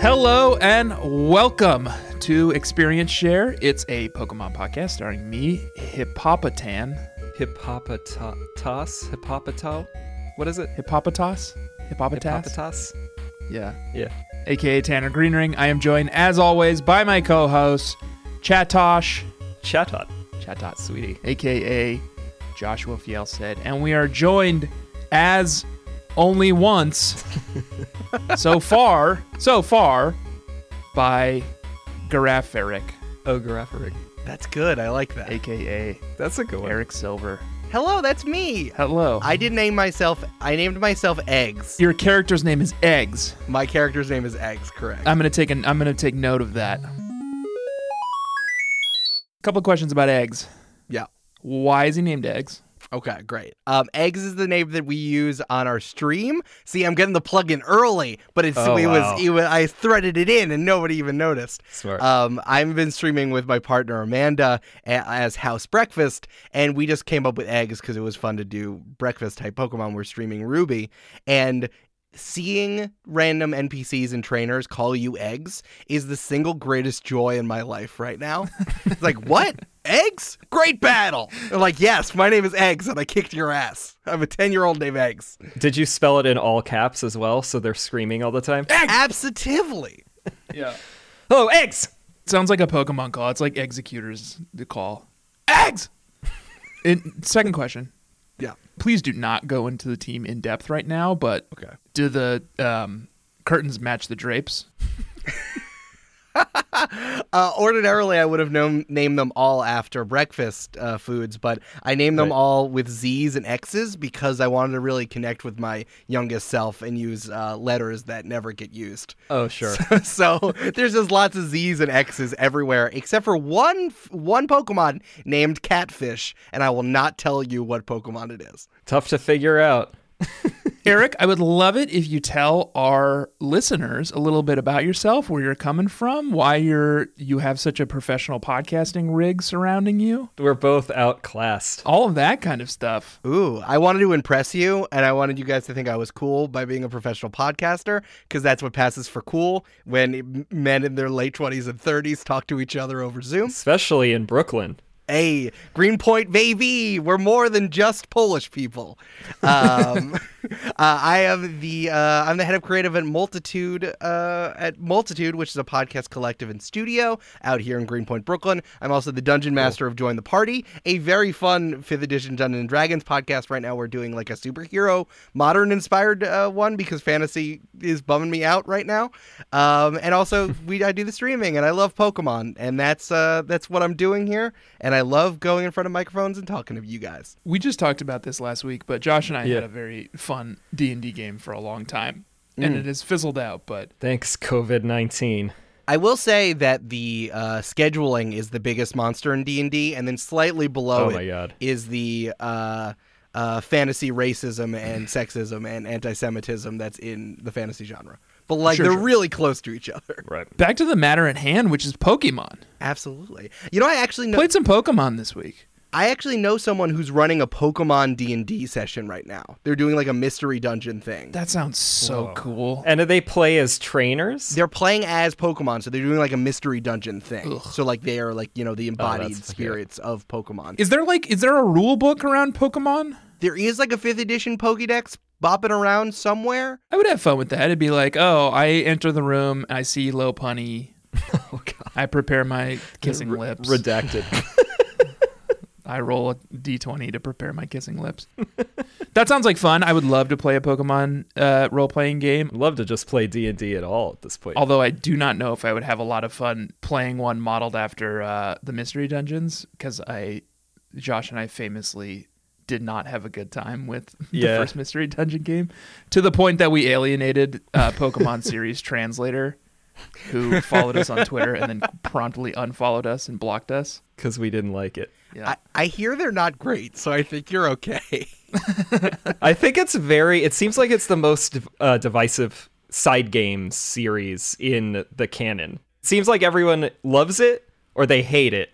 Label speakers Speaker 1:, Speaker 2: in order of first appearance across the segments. Speaker 1: Hello and welcome to Experience Share. It's a Pokemon podcast starring me, Hippopotan.
Speaker 2: Hippopotas? Hippopoto? What is it?
Speaker 1: Hippopotas? Hippopotas?
Speaker 2: Hippopotas?
Speaker 1: Yeah.
Speaker 2: Yeah.
Speaker 1: AKA Tanner Greenring. I am joined, as always, by my co host, Chatosh.
Speaker 2: Chatot.
Speaker 1: Chatot, sweetie. AKA Joshua Fiel said. And we are joined as only once so far, so far, by Garaf Eric,
Speaker 2: Ogrephoric.
Speaker 3: That's good. I like that.
Speaker 1: AKA
Speaker 2: That's a good one.
Speaker 1: Eric Silver.
Speaker 3: Hello, that's me.
Speaker 1: Hello.
Speaker 3: I did name myself. I named myself Eggs.
Speaker 1: Your character's name is Eggs.
Speaker 3: My character's name is Eggs. Correct.
Speaker 2: Uh,
Speaker 1: I'm gonna take an I'm gonna take note of that. Couple of questions about eggs.
Speaker 3: yeah.
Speaker 1: Why is he named Eggs?
Speaker 3: Okay. Great. Um, Eggs is the name that we use on our stream. See, I'm getting the plug in early, but it's
Speaker 2: Oh,
Speaker 3: it
Speaker 2: wow.
Speaker 3: was it was I threaded it in and nobody even noticed.
Speaker 2: Smart.
Speaker 3: Um, I've been streaming with my partner Amanda a- as House Breakfast, and we just came up with eggs because it was fun to do breakfast type Pokemon. We're streaming Ruby, and seeing random NPCs and trainers call you eggs is the single greatest joy in my life right now. it's like what? Eggs? Great battle! They're like, yes, my name is Eggs, and I kicked your ass. I'm a ten-year-old named Eggs.
Speaker 2: Did you spell it in all caps as well so they're screaming all the time?
Speaker 3: Absolutely.
Speaker 1: Yeah. Oh,
Speaker 2: Hello, eggs!
Speaker 1: Sounds like a Pokemon call. It's like executors the call. Eggs. In, second question.
Speaker 3: Yeah.
Speaker 1: Please do not go into the team in depth right now. But
Speaker 3: Okay.
Speaker 1: do the um, curtains match the drapes?
Speaker 3: Uh, ordinarily, I would have known, named them all after breakfast uh, foods, but I named them
Speaker 2: Right.
Speaker 3: all with Z's and X's because I wanted to really connect with my youngest self and use uh, letters that never get used.
Speaker 2: Oh, sure.
Speaker 3: so there's just lots of Z's and X's everywhere, except for one one Pokemon named Catfish, and I will not tell you what Pokemon it is.
Speaker 2: Tough to figure out.
Speaker 1: Eric, I would love it if you tell our listeners a little bit about yourself, where you're coming from, why you're you have such a professional podcasting rig surrounding you,
Speaker 2: We're both outclassed.
Speaker 1: all of that kind of stuff.
Speaker 3: Ooh, I wanted to impress you, and I wanted you guys to think I was cool by being a professional podcaster, because that's what passes for cool when m- men in their late 20s and 30s talk to each other over Zoom.
Speaker 2: Especially in Brooklyn.
Speaker 3: Hey, Greenpoint, baby, we're more than just Polish people. Um, uh, I am the uh, I'm the head of creative at Multitude uh, at Multitude, which is a podcast collective and studio out here in Greenpoint, Brooklyn. I'm also the dungeon master of Join the Party, a very fun fifth edition Dungeons and Dragons podcast. Right now, we're doing like a superhero modern inspired uh, one because fantasy is bumming me out right now. Um, and also, we I do the streaming, and I love Pokemon, and that's uh, that's what I'm doing here. And I love going in front of microphones and talking to you guys.
Speaker 1: We just talked about this last week, but Josh and I
Speaker 2: Yeah.
Speaker 1: had a very fun D and D game for a long time, and
Speaker 2: Mm.
Speaker 1: it has fizzled out. But
Speaker 2: Thanks, COVID 19.
Speaker 3: I will say that the uh, scheduling is the biggest monster in D and D, and then slightly below
Speaker 2: Oh
Speaker 3: it
Speaker 2: my God.
Speaker 3: is the uh, uh, fantasy racism and sexism and anti-Semitism that's in the fantasy genre. But like
Speaker 1: Sure,
Speaker 3: they're
Speaker 1: sure.
Speaker 3: really close to each other.
Speaker 2: Right.
Speaker 1: back to the matter at hand, which is Pokemon.
Speaker 3: Absolutely. You know, I actually know
Speaker 1: Played some Pokemon this week.
Speaker 3: I actually know someone who's running a Pokemon D and D session right now. They're doing like a mystery dungeon thing.
Speaker 1: That sounds so
Speaker 2: Whoa.
Speaker 1: cool.
Speaker 2: And do they play as trainers?
Speaker 3: They're playing as Pokemon, so they're doing like a mystery dungeon thing. So like they are like you know the embodied
Speaker 2: Oh, that's- yeah.
Speaker 3: spirits of Pokemon.
Speaker 1: Is there like is there a rule book around Pokemon?
Speaker 3: there is like a fifth edition Pokédex bopping around somewhere.
Speaker 1: I would have fun with that. It'd be like, oh, I enter the room, I see low punny. I prepare my kissing lips.
Speaker 2: Redacted.
Speaker 1: I roll a d20 to prepare my kissing lips. that sounds like fun. I would love to play a Pokemon uh, role playing game.
Speaker 2: I'd love to just play D&D at all at this point.
Speaker 1: Although I do not know if I would have a lot of fun playing one modeled after uh, the Mystery Dungeons, because I, Josh and I famously did not have a good time with
Speaker 2: Yeah.
Speaker 1: the first Mystery Dungeon game, to the point that we alienated uh, Pokemon series translator, who followed us on Twitter and then promptly unfollowed us and blocked us.
Speaker 2: Because we didn't like it.
Speaker 1: Yeah.
Speaker 3: I, I hear they're not great, so I think you're okay.
Speaker 2: I think it's very. It seems like it's the most uh, divisive side game series in the canon. seems like everyone loves it or they hate it.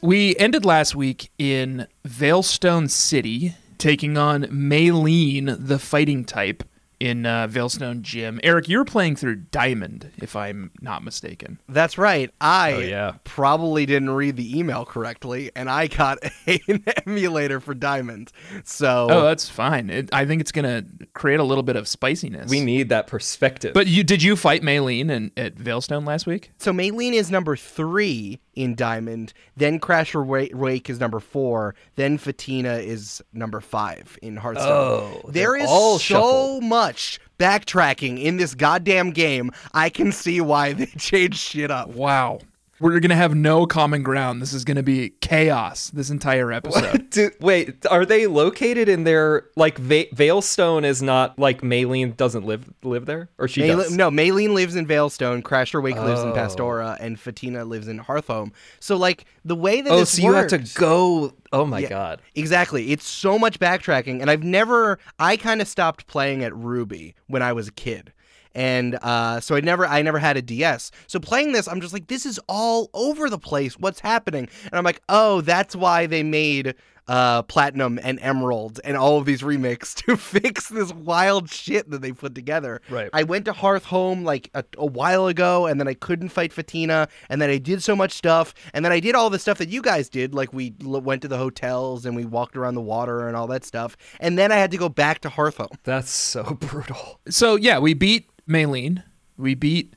Speaker 1: We ended last week in Veilstone City, taking on Maylene, the fighting type, in uh, Veilstone Gym. Eric, you're playing through Diamond, if I'm not mistaken.
Speaker 3: That's right. I
Speaker 2: Oh, yeah.
Speaker 3: probably didn't read the email correctly, and I got an emulator for Diamond. So
Speaker 1: Oh, that's fine. It, I think it's gonna create a little bit of spiciness.
Speaker 2: We need that perspective.
Speaker 1: But you did you fight Maylene in, at Veilstone last week?
Speaker 3: So Maylene is number three in Diamond. Then Crasher Wa- Wake is number four. Then Fatina is number five in Hearthstone.
Speaker 2: Oh, they're
Speaker 3: there is
Speaker 2: all
Speaker 3: so
Speaker 2: shuffled.
Speaker 3: much backtracking in this goddamn game. I can see why they changed shit up.
Speaker 1: Wow. We're gonna have no common ground. This is gonna be chaos this entire episode.
Speaker 2: Do, wait, are they located in their like Va- Veilstone is not like Maylene doesn't live live there or she
Speaker 3: Mayle-
Speaker 2: does?
Speaker 3: no, Maylene lives in Veilstone. Crasher Wake lives in
Speaker 2: Oh.
Speaker 3: Pastora, and Fatina lives in Hearthhome. So like the way that
Speaker 2: Oh,
Speaker 3: this
Speaker 2: so you have
Speaker 3: works-
Speaker 2: to go. Oh my
Speaker 3: Yeah.
Speaker 2: god.
Speaker 3: Exactly. It's so much backtracking, and I've never. I kind of stopped playing at Ruby when I was a kid, and uh, so I never. I never had a DS. So playing this, I'm just like, this is all over the place. What's happening? And I'm like, oh, that's why they made uh, Platinum and Emerald and all of these remakes to fix this wild shit that they put together.
Speaker 2: Right.
Speaker 3: I went to Hearth Home like a, a while ago, and then I couldn't fight Fatina, and then I did so much stuff, and then I did all the stuff that you guys did, like we l- went to the hotels and we walked around the water and all that stuff, and then I had to go back to Hearth Home.
Speaker 2: That's so brutal.
Speaker 1: so yeah, we beat Maylene. We beat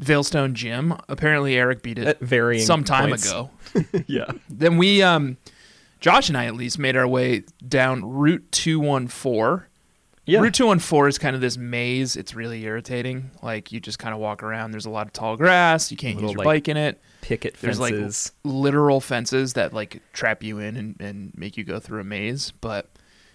Speaker 1: Veilstone Gym. Apparently Eric beat it
Speaker 2: At varying
Speaker 1: some time
Speaker 2: points.
Speaker 1: ago.
Speaker 2: yeah.
Speaker 1: Then we um Josh and I at least made our way down Route two one four.
Speaker 2: Yeah.
Speaker 1: Route 214 is kind of this maze. It's really irritating. Like, you just kind of walk around. There's a lot of tall grass. You can't
Speaker 2: Little,
Speaker 1: use your
Speaker 2: like,
Speaker 1: bike in it.
Speaker 2: Picket
Speaker 1: There's
Speaker 2: fences.
Speaker 1: like literal fences that like trap you in and, and make you go through a maze. But,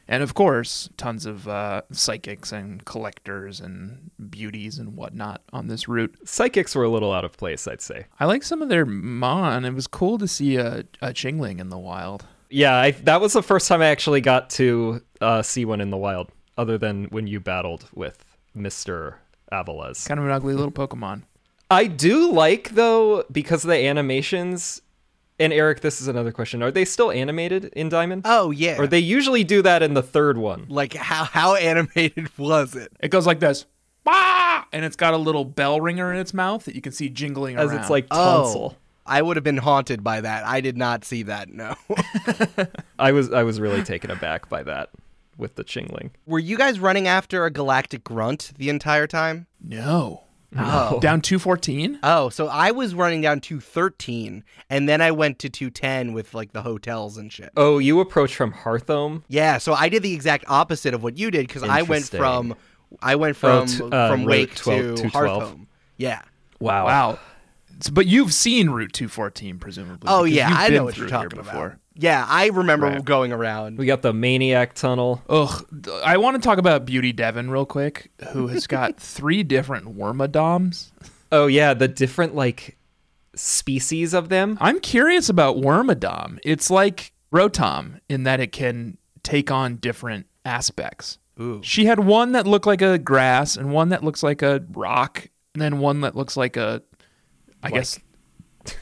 Speaker 1: and of course, tons of uh, psychics and collectors and beauties and whatnot on this route.
Speaker 2: Psychics were a little out of place, I'd say.
Speaker 1: I like some of their mon. It was cool to see a, a Chingling in the wild.
Speaker 2: Yeah, I, that was the first time I actually got to uh, see one in the wild, other than when you battled with Mister Aviles.
Speaker 1: Kind of an ugly little Pokemon.
Speaker 2: I do like though because of the animations. And Eric, this is another question: Are they still animated in Diamond?
Speaker 3: Oh yeah.
Speaker 2: Or they usually do that in the third one.
Speaker 3: like how how animated was it?
Speaker 1: It goes like this. Ah! And it's got a little bell ringer in its mouth that you can see jingling
Speaker 2: As
Speaker 1: around.
Speaker 2: it's like tonsil.
Speaker 3: Oh. I would have been haunted by that. I did not see that. No.
Speaker 2: I was I was really taken aback by that with the Chingling.
Speaker 3: Were you guys running after a galactic grunt the entire time?
Speaker 1: No.
Speaker 3: Oh.
Speaker 1: Down 214?
Speaker 3: Oh, so I was running down 213 and then I went to 210 with like the hotels and shit.
Speaker 2: Oh, you approach from Hearthome?
Speaker 3: Yeah, so I did the exact opposite of what you did cuz I went
Speaker 2: Interesting.
Speaker 3: from I went from
Speaker 1: Oh,
Speaker 2: t- uh,
Speaker 3: from
Speaker 2: Route
Speaker 3: Wake
Speaker 2: 12
Speaker 3: to
Speaker 2: to
Speaker 3: Hearth
Speaker 2: 12.
Speaker 3: Home. Yeah. Oh.
Speaker 2: Wow.
Speaker 1: Wow. It's- But you've seen Route 214, presumably.
Speaker 3: Oh
Speaker 1: because
Speaker 3: yeah,
Speaker 1: you've
Speaker 3: I
Speaker 1: been
Speaker 3: know what
Speaker 1: through
Speaker 3: you're
Speaker 1: here
Speaker 3: talking about. Yeah, I remember
Speaker 1: Right.
Speaker 3: going around.
Speaker 2: We got the Maniac Tunnel.
Speaker 1: Ugh, th- I want to talk about Beauty Devon real quick, who has got three different Wormadoms.
Speaker 2: Oh yeah, the different like species of them.
Speaker 1: I'm curious about Wormadom. It's like Rotom in that it can take on different aspects.
Speaker 3: Ooh.
Speaker 1: She had one that looked like a grass, and one that looks like a rock, and then one that looks like a, I guess,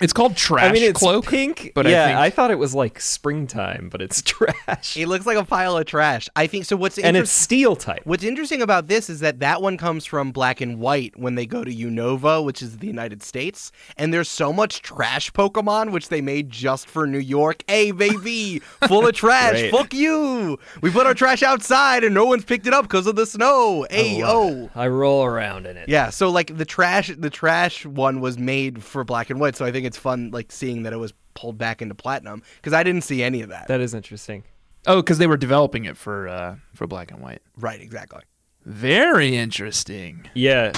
Speaker 1: it's called trash
Speaker 2: I mean, it's
Speaker 1: cloak.
Speaker 2: pink,
Speaker 1: but
Speaker 2: but
Speaker 1: I
Speaker 2: yeah, I,
Speaker 1: think-
Speaker 2: thought it was like springtime, but it's trash.
Speaker 3: It looks like a pile of trash. I think so what's
Speaker 2: and
Speaker 3: interest-
Speaker 2: it's steel type.
Speaker 3: What's interesting about this is that that one comes from Black and White when they go to Unova, which is the United States, and there's so much trash Pokemon which they made just for New York. Hey, baby, full of trash.
Speaker 2: Great.
Speaker 3: Fuck you. We put our trash outside and no one's picked it up because of the snow. Hey, oh.
Speaker 2: I roll around in it.
Speaker 3: Yeah, so like the trash, the trash one was made for Black and White, so I think it's fun like seeing that it was pulled back into Platinum because I didn't see any of that.
Speaker 2: That is interesting.
Speaker 1: Oh, because they were developing it for uh, for black and white.
Speaker 3: right, exactly.
Speaker 1: Very interesting.
Speaker 2: Yeah.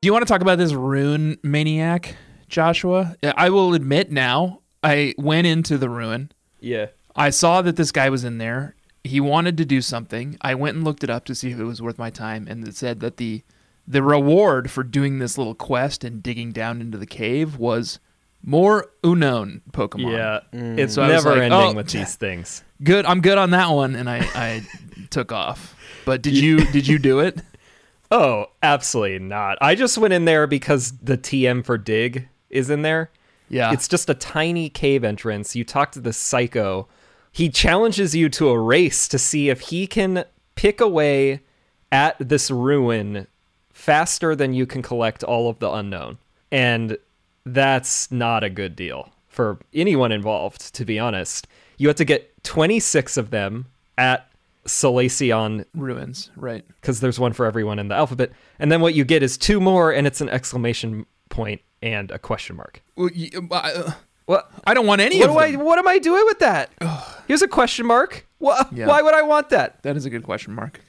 Speaker 1: Do you want to talk about this rune maniac, Joshua? Yeah, I will admit now, I went into the ruin.
Speaker 2: Yeah.
Speaker 1: I saw that this guy was in there. He wanted to do something. I went and looked it up to see if it was worth my time, and it said that the the reward for doing this little quest and digging down into the cave was more unknown Pokemon.
Speaker 2: Yeah. It's
Speaker 1: So I was
Speaker 2: never
Speaker 1: like,
Speaker 2: ending
Speaker 1: oh,
Speaker 2: with these things.
Speaker 1: good. I'm good on that one, and I I took off. But did you did you do it?
Speaker 2: Oh, absolutely not. I just went in there because the TM for dig is in there.
Speaker 1: Yeah.
Speaker 2: It's just a tiny cave entrance. You talk to the psycho he challenges you to a race to see if he can pick away at this ruin faster than you can collect all of the unknown. And that's not a good deal for anyone involved, to be honest. You have to get 26 of them at Salacion
Speaker 1: Ruins, right?
Speaker 2: because there's one for everyone in the alphabet. And then what you get is two more, and it's an exclamation point and a question mark.
Speaker 1: Well, y- uh,
Speaker 2: What?
Speaker 1: I don't want any
Speaker 2: What
Speaker 1: of
Speaker 2: do I?
Speaker 1: them.
Speaker 2: What am I doing with that? Here's a question mark. Wha
Speaker 1: Yeah.
Speaker 2: Why would I want that?
Speaker 1: That is a good question mark.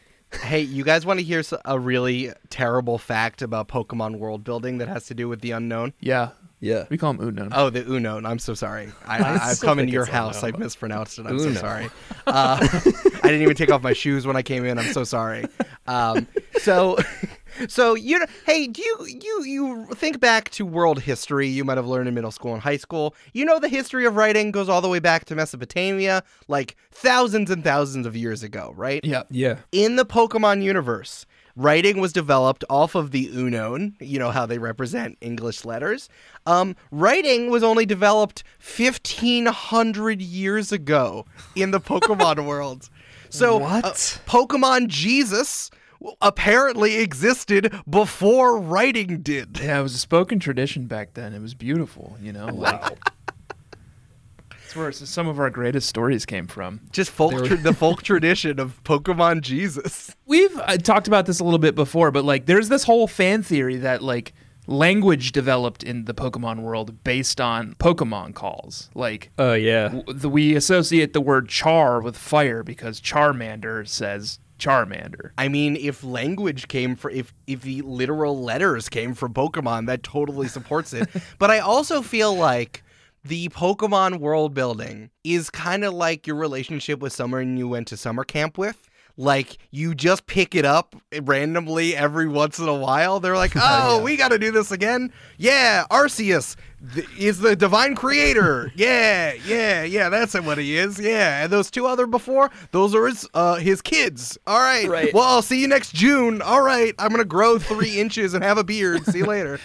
Speaker 3: Hey, you guys want to hear s- a really terrible fact about Pokemon world building that has to do with the unknown?
Speaker 1: Yeah.
Speaker 2: Yeah.
Speaker 1: We call him Unknown.
Speaker 3: Oh, the unknown. I'm so sorry. I, I, I've
Speaker 2: still
Speaker 3: come into
Speaker 2: think
Speaker 3: your
Speaker 2: it's
Speaker 3: house. I
Speaker 2: unknown.
Speaker 3: mispronounced it. I'm
Speaker 2: Uno.
Speaker 3: so sorry. Uh, I didn't even take off my shoes when I came in. I'm so sorry. Um, so, so you know, hey, do you you you think back to world history? You might have learned in middle school and high school. You know, the history of writing goes all the way back to Mesopotamia, like thousands and thousands of years ago, right?
Speaker 1: yeah.
Speaker 2: Yeah.
Speaker 3: in the Pokemon universe, writing was developed off of the Unown, you know how they represent English letters. Um, writing was only developed 1500 years ago in the Pokemon world. So,
Speaker 2: What?
Speaker 3: uh, Pokemon Jesus w- apparently existed before writing did.
Speaker 1: Yeah, it was a spoken tradition back then. It was beautiful, you know. Like, It's where s- some of our greatest stories came from.
Speaker 3: Just folk
Speaker 2: There
Speaker 3: tra- the folk tradition of Pokemon Jesus.
Speaker 1: We've uh, talked about this a little bit before, but like, there's this whole fan theory that like language developed in the Pokemon world based on Pokemon calls. Like,
Speaker 2: Oh yeah.
Speaker 1: w- the, we associate the word char with fire because Charmander says Charmander.
Speaker 3: I mean, if language came for if if the literal letters came from Pokemon, that totally supports it. but I also feel like the Pokemon world building is kind of like your relationship with someone you went to summer camp with. Like you just pick it up randomly every once in a while. They're like, "Oh, we got to do this again." Yeah, Arceus th- is the divine creator. yeah, yeah, yeah. That's what he is. Yeah, and those two other before, those are his uh, his kids. All right.
Speaker 2: Right.
Speaker 3: Well, I'll see you next June. All right. I'm gonna grow three inches and have a beard. See you later.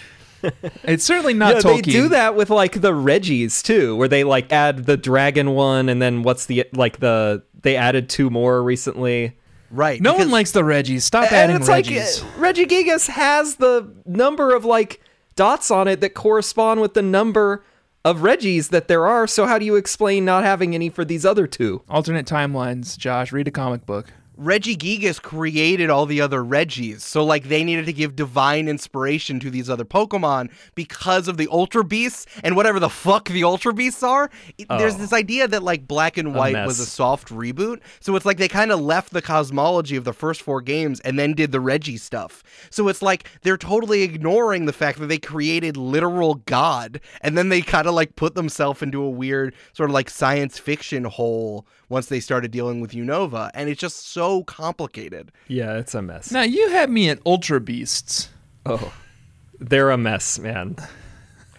Speaker 1: It's certainly not
Speaker 2: Yeah,
Speaker 1: Tolkien.
Speaker 2: they do that with like the Reggies too, where they like add the dragon one, and then what's the like the they added two more recently.
Speaker 3: Right.
Speaker 1: No one
Speaker 3: because-
Speaker 1: likes the Reggies. Stop
Speaker 2: and
Speaker 1: adding
Speaker 2: it's
Speaker 1: Reggies.
Speaker 2: like uh, Reggie Gigas has the number of like dots on it that correspond with the number of Reggies that there are. So how do you explain not having any for these other two?
Speaker 1: Alternate timelines, Josh. Read a comic book.
Speaker 3: Reggie Gigas created all the other Reggies, so like they needed to give divine inspiration to these other Pokemon because of the Ultra Beasts and whatever the fuck the Ultra Beasts are. It- There's this idea that like Black and White was a
Speaker 2: mess.
Speaker 3: soft reboot, so it's like they kind of left the cosmology of the first four games and then did the Reggie stuff. So it's like they're totally ignoring the fact that they created literal God and then they kind of like put themselves into a weird sort of like science fiction hole once they started dealing with Unova, and it's just so complicated.
Speaker 2: Yeah, it's a mess.
Speaker 1: Now you had me at Ultra Beasts.
Speaker 2: Oh, they're a mess, man.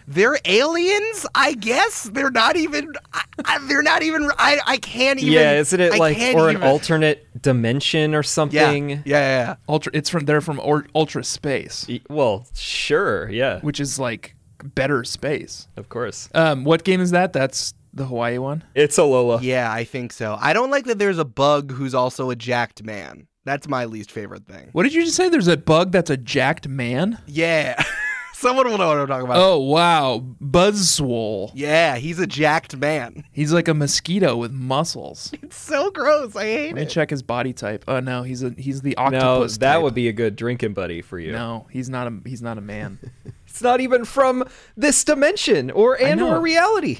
Speaker 3: They're aliens, I guess. They're not even. I, I, they're not even. I, I can't even.
Speaker 2: yeah, isn't it
Speaker 3: I
Speaker 2: like
Speaker 3: can't
Speaker 2: or an
Speaker 3: even-
Speaker 2: alternate dimension or
Speaker 3: Yeah,
Speaker 2: something?
Speaker 3: yeah, yeah.
Speaker 1: Ultra. It's from they're from or, Ultra Space,
Speaker 2: Y- Well, sure, yeah,
Speaker 1: which is like better space.
Speaker 2: of course.
Speaker 1: Um, what game is that? That's the Hawaii one.
Speaker 2: It's a Lola.
Speaker 3: Yeah, I think so. I don't like that there's a bug who's also a jacked man. That's my least favorite thing.
Speaker 1: What did you just say? There's a bug that's a jacked man.
Speaker 3: Yeah. Someone will know what I'm talking about.
Speaker 1: Oh wow, Buzzswole.
Speaker 3: Yeah, he's a jacked man.
Speaker 1: He's like a mosquito with muscles.
Speaker 3: It's so gross. I hate
Speaker 1: Let me
Speaker 3: it.
Speaker 1: check his body type. Oh no, he's a he's the
Speaker 2: No,
Speaker 1: octopus.
Speaker 2: that
Speaker 1: type.
Speaker 2: would be a good drinking buddy for you.
Speaker 1: No, he's not a he's not a man.
Speaker 2: It's not even from this dimension or and
Speaker 1: know.
Speaker 2: or reality.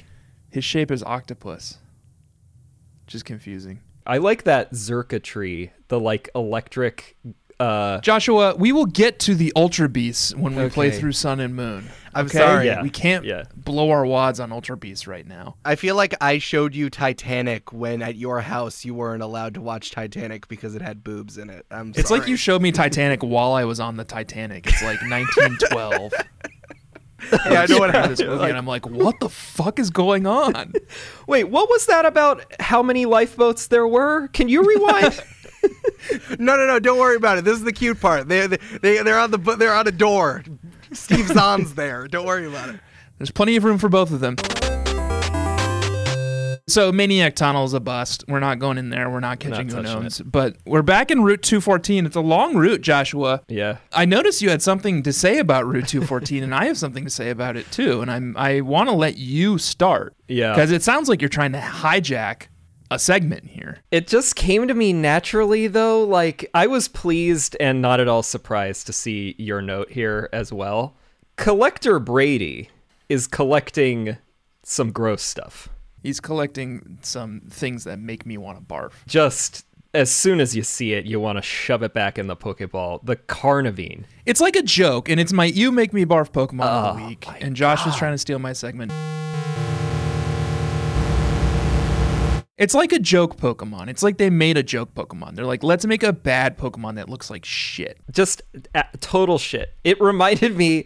Speaker 1: His shape is octopus. Just confusing.
Speaker 2: I like that Zerka tree, the like electric. Uh,
Speaker 1: Joshua, we will get to the Ultra Beasts when we play
Speaker 2: Okay.
Speaker 1: through Sun and Moon.
Speaker 3: I'm sorry.
Speaker 2: Yeah.
Speaker 1: We can't
Speaker 2: Yeah.
Speaker 1: blow our wads on Ultra Beasts right now.
Speaker 3: I feel like I showed you Titanic when at your house you weren't allowed to watch Titanic because it had boobs in it. I'm
Speaker 1: It's like
Speaker 3: sorry.
Speaker 1: you showed me Titanic while I was on the Titanic. It's like 1912.
Speaker 3: Yeah, I know what
Speaker 1: This
Speaker 3: happened.
Speaker 1: movie, and I'm like, what the fuck is going on?
Speaker 2: wait, what was that about? How many lifeboats there were? Can you rewind?
Speaker 3: No, no, no. Don't worry about it. This is the cute part. They they they they're on the bu- they're on a door. Steve Zahn's there. Don't worry about it.
Speaker 1: There's plenty of room for both of them. So Maniac Tunnel is a bust. We're not going in there. We're not catching
Speaker 2: touching
Speaker 1: unknowns. But we're back in Route 214. It's a long route, Joshua.
Speaker 2: Yeah.
Speaker 1: I noticed you had something to say about Route 214, and I have something to say about it too. And I'm I want to let you start.
Speaker 2: Yeah.
Speaker 1: Because it sounds like you're trying to hijack a segment here.
Speaker 2: It just came to me naturally, though. Like, I was pleased and not at all surprised to see your note here as well. Collector Brady is collecting some gross stuff.
Speaker 1: He's collecting some things that make me want to barf.
Speaker 2: Just as soon as you see it, you want to shove it back in the Pokeball. The Carnivine.
Speaker 1: It's like a joke, and it's my you make me barf Pokemon of
Speaker 2: Oh
Speaker 1: the week. And Josh was trying to steal my segment. It's like a joke Pokemon. It's like they made a joke Pokemon. They're like, let's make a bad Pokemon that looks like shit.
Speaker 2: just a- total shit. It reminded me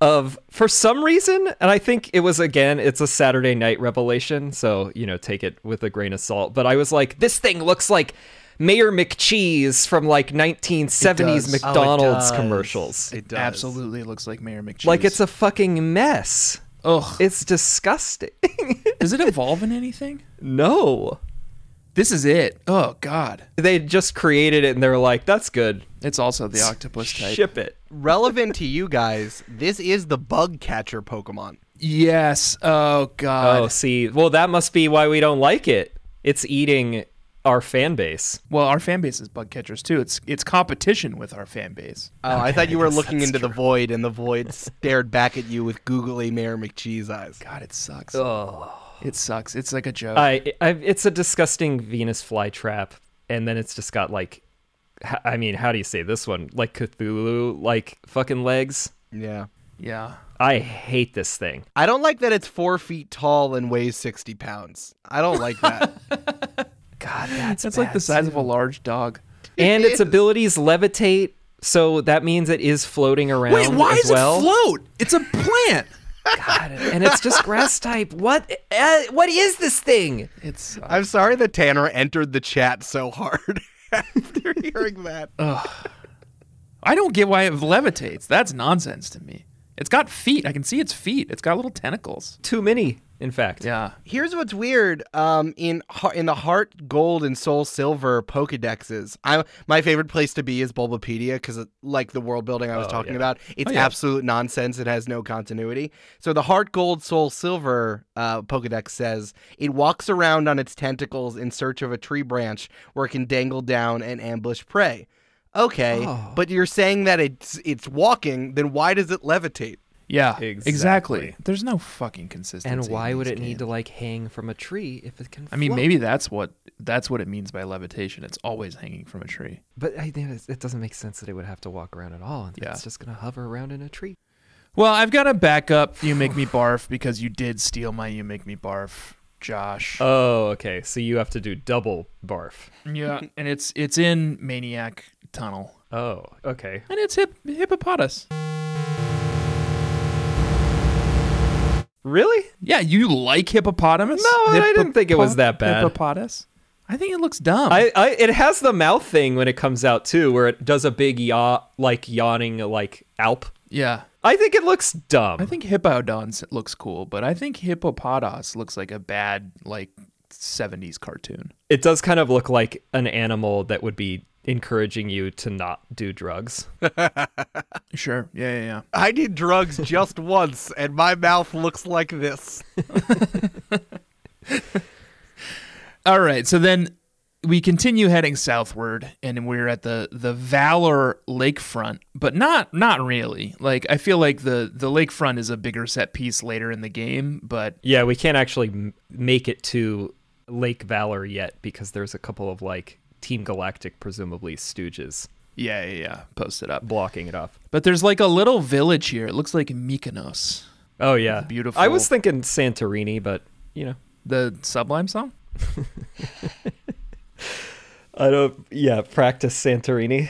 Speaker 2: of for some reason, and I think it was again, it's a Saturday night revelation, so you know, take it with a grain of salt. But I was like, this thing looks like Mayor McCheese from like 1970s
Speaker 1: does. Oh, it
Speaker 2: McDonald's
Speaker 3: does.
Speaker 2: commercials.
Speaker 3: It does.
Speaker 1: Absolutely looks like Mayor McCheese.
Speaker 2: like it's a fucking mess.
Speaker 1: ugh.
Speaker 2: It's disgusting.
Speaker 1: Does it evolve in anything?
Speaker 2: no.
Speaker 1: This is it. Oh God.
Speaker 2: They just created it and they're like, that's good.
Speaker 1: It's also the octopus type.
Speaker 2: Ship it.
Speaker 3: Relevant to you guys, this is the bug catcher Pokemon.
Speaker 1: Yes. Oh God.
Speaker 2: Oh, see, well, that must be why we don't like it. It's eating our fan base.
Speaker 1: Well, our fan base is bug catchers too. It's it's competition with our fan base.
Speaker 3: Oh, I thought you were looking into the void, and the void stared back at you with googly Mayor McCheese eyes.
Speaker 1: God, it sucks.
Speaker 2: Oh,
Speaker 1: It sucks. It's like a joke.
Speaker 2: I, I, it's a disgusting Venus flytrap, and then it's just got like, h- I mean, how do you say this one? Like Cthulhu, like fucking legs.
Speaker 3: Yeah.
Speaker 1: yeah.
Speaker 2: I hate this thing.
Speaker 3: I don't like that it's four feet tall and weighs 60 pounds. I don't like that.
Speaker 2: God, that's
Speaker 1: That's like the size of a large dog.
Speaker 2: and its abilities levitate, so that means it is floating around. as well.
Speaker 1: float? It's a plant.
Speaker 2: God, and it's just grass type. What? Uh, what is this thing?
Speaker 1: It's
Speaker 3: I'm sorry that Tanner entered the chat so hard after hearing that.
Speaker 1: I don't get why it levitates. That's nonsense to me. It's got feet. I can see its feet. It's got little tentacles.
Speaker 2: Too many, in fact.
Speaker 1: Yeah.
Speaker 3: Here's what's weird. Um, in Har- in the Heart Gold and Soul Silver Pokedexes, I my favorite place to be is Bulbapedia because like the world building I was talking about, it's absolute nonsense. It has no continuity. So the Heart Gold Soul Silver uh, Pokedex says it walks around on its tentacles in search of a tree branch where it can dangle down and ambush prey. Okay, but you're saying that it's it's walking. Then why does it levitate?
Speaker 1: Yeah.
Speaker 2: Exactly.
Speaker 1: There's no fucking consistency.
Speaker 2: And why
Speaker 1: in
Speaker 2: would
Speaker 1: these
Speaker 2: it need to
Speaker 1: games.
Speaker 2: like hang from a tree if it can?
Speaker 1: I mean,
Speaker 2: float?
Speaker 1: maybe that's what that's what it means by levitation. It's always hanging from a tree.
Speaker 2: But I think it's- it doesn't make sense that it would have to walk around at all. and
Speaker 1: Yeah.
Speaker 2: It's just gonna hover around in a tree.
Speaker 1: Well, I've got to back up. You make me barf because you did steal my. You make me barf, Josh.
Speaker 2: Oh, okay. So you have to do double barf.
Speaker 1: yeah, and it's it's in Maniac Tunnel,
Speaker 2: Oh, okay.
Speaker 1: and it's hip, hippopotamus.
Speaker 2: Really?
Speaker 1: Yeah, you like hippopotamus?
Speaker 2: No, I didn't think it was that bad.
Speaker 1: Hippopotamus. I think it looks dumb.
Speaker 2: I, I it has the mouth thing when it comes out too, where it does a big yaw like yawning like alp.
Speaker 1: yeah,
Speaker 2: I think it looks dumb.
Speaker 1: I think hippodons looks cool, but I think hippopotas looks like a bad like '70s cartoon.
Speaker 2: it does kind of look like an animal that would be encouraging you to not do drugs.
Speaker 1: Sure. Yeah, yeah, yeah.
Speaker 3: I did drugs just once, and my mouth looks like this.
Speaker 1: All right, so then we continue heading southward, and we're at the the Valor Lakefront, but not not really. Like I feel like the the lakefront is a bigger set piece later in the game, but
Speaker 2: Yeah, we can't actually m- make it to Lake Valor yet because there's a couple of like Team Galactic, presumably Stooges,
Speaker 1: yeah, yeah, yeah. Post it up.
Speaker 2: blocking it off.
Speaker 1: But there's like a little village here. It looks like Mykonos,
Speaker 2: Oh yeah,
Speaker 1: beautiful-
Speaker 2: I was thinking Santorini, but you know,
Speaker 1: the Sublime song.
Speaker 2: I don't. Yeah, practice Santorini.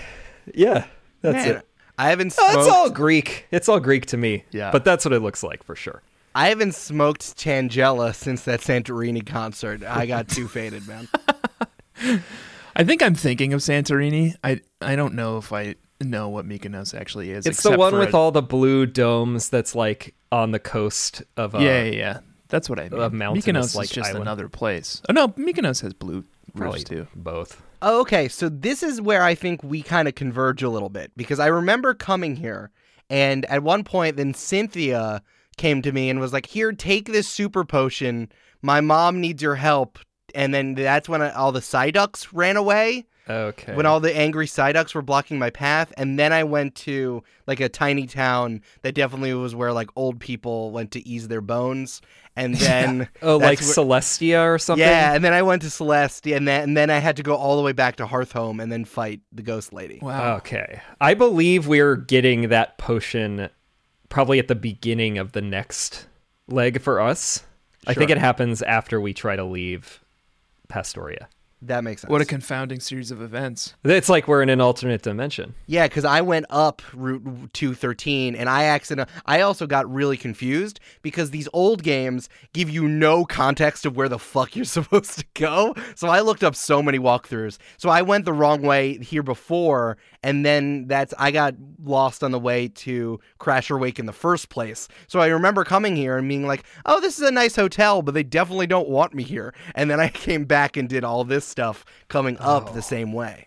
Speaker 2: Yeah, that's
Speaker 3: Man,
Speaker 2: it.
Speaker 3: I haven't
Speaker 2: Oh,
Speaker 3: smoked.
Speaker 2: it's all Greek. It's all Greek to me.
Speaker 1: Yeah.
Speaker 2: but that's what it looks like for sure.
Speaker 3: I haven't smoked Tangela since that Santorini concert. I got too faded, man.
Speaker 1: I think I'm thinking of Santorini. I I don't know if I know what Mykonos actually is.
Speaker 2: It's the
Speaker 1: except
Speaker 2: one
Speaker 1: for
Speaker 2: with
Speaker 1: a-
Speaker 2: all the blue domes that's like on the coast of uh,
Speaker 1: Yeah, yeah, yeah. That's what I mean.
Speaker 2: A mountainous,
Speaker 1: Mykonos
Speaker 2: like,
Speaker 1: is just
Speaker 2: island.
Speaker 1: another place. Oh no, Mykonos has blue roofs too.
Speaker 2: both.
Speaker 3: Oh, okay, so this is where I think we kind of converge a little bit because I remember coming here, and at one point, then Cynthia came to me and was like, "Here, take this super potion. My mom needs your help." And then that's when all the Psyducks ran away,
Speaker 2: Okay.
Speaker 3: when all the angry Psyducks were blocking my path. And then I went to like a tiny town that definitely was where like old people went to ease their bones. And then
Speaker 2: oh,
Speaker 3: that's
Speaker 2: like
Speaker 3: where-
Speaker 2: Celestia or something.
Speaker 3: yeah, and then I went to Celeste, and then and then I had to go all the way back to Hearthhome and then fight the Ghost Lady.
Speaker 1: Wow.
Speaker 2: Okay. I believe we're getting that potion probably at the beginning of the next leg for us. I think
Speaker 1: Sure.
Speaker 2: it happens after we try to leave Pastoria.
Speaker 3: That makes sense.
Speaker 1: What a confounding series of events.
Speaker 2: It's like we're in an alternate dimension.
Speaker 3: yeah, because I went up Route two thirteen, and I accident. I also got really confused because these old games give you no context of where the fuck you're supposed to go. So I looked up so many walkthroughs. So I went the wrong way here before, and then that's I got lost on the way to Crasher Wake in the first place. So I remember coming here and being like, "Oh, this is a nice hotel, but they definitely don't want me here." And then I came back and did all this stuff coming up
Speaker 1: Oh.
Speaker 3: the same way.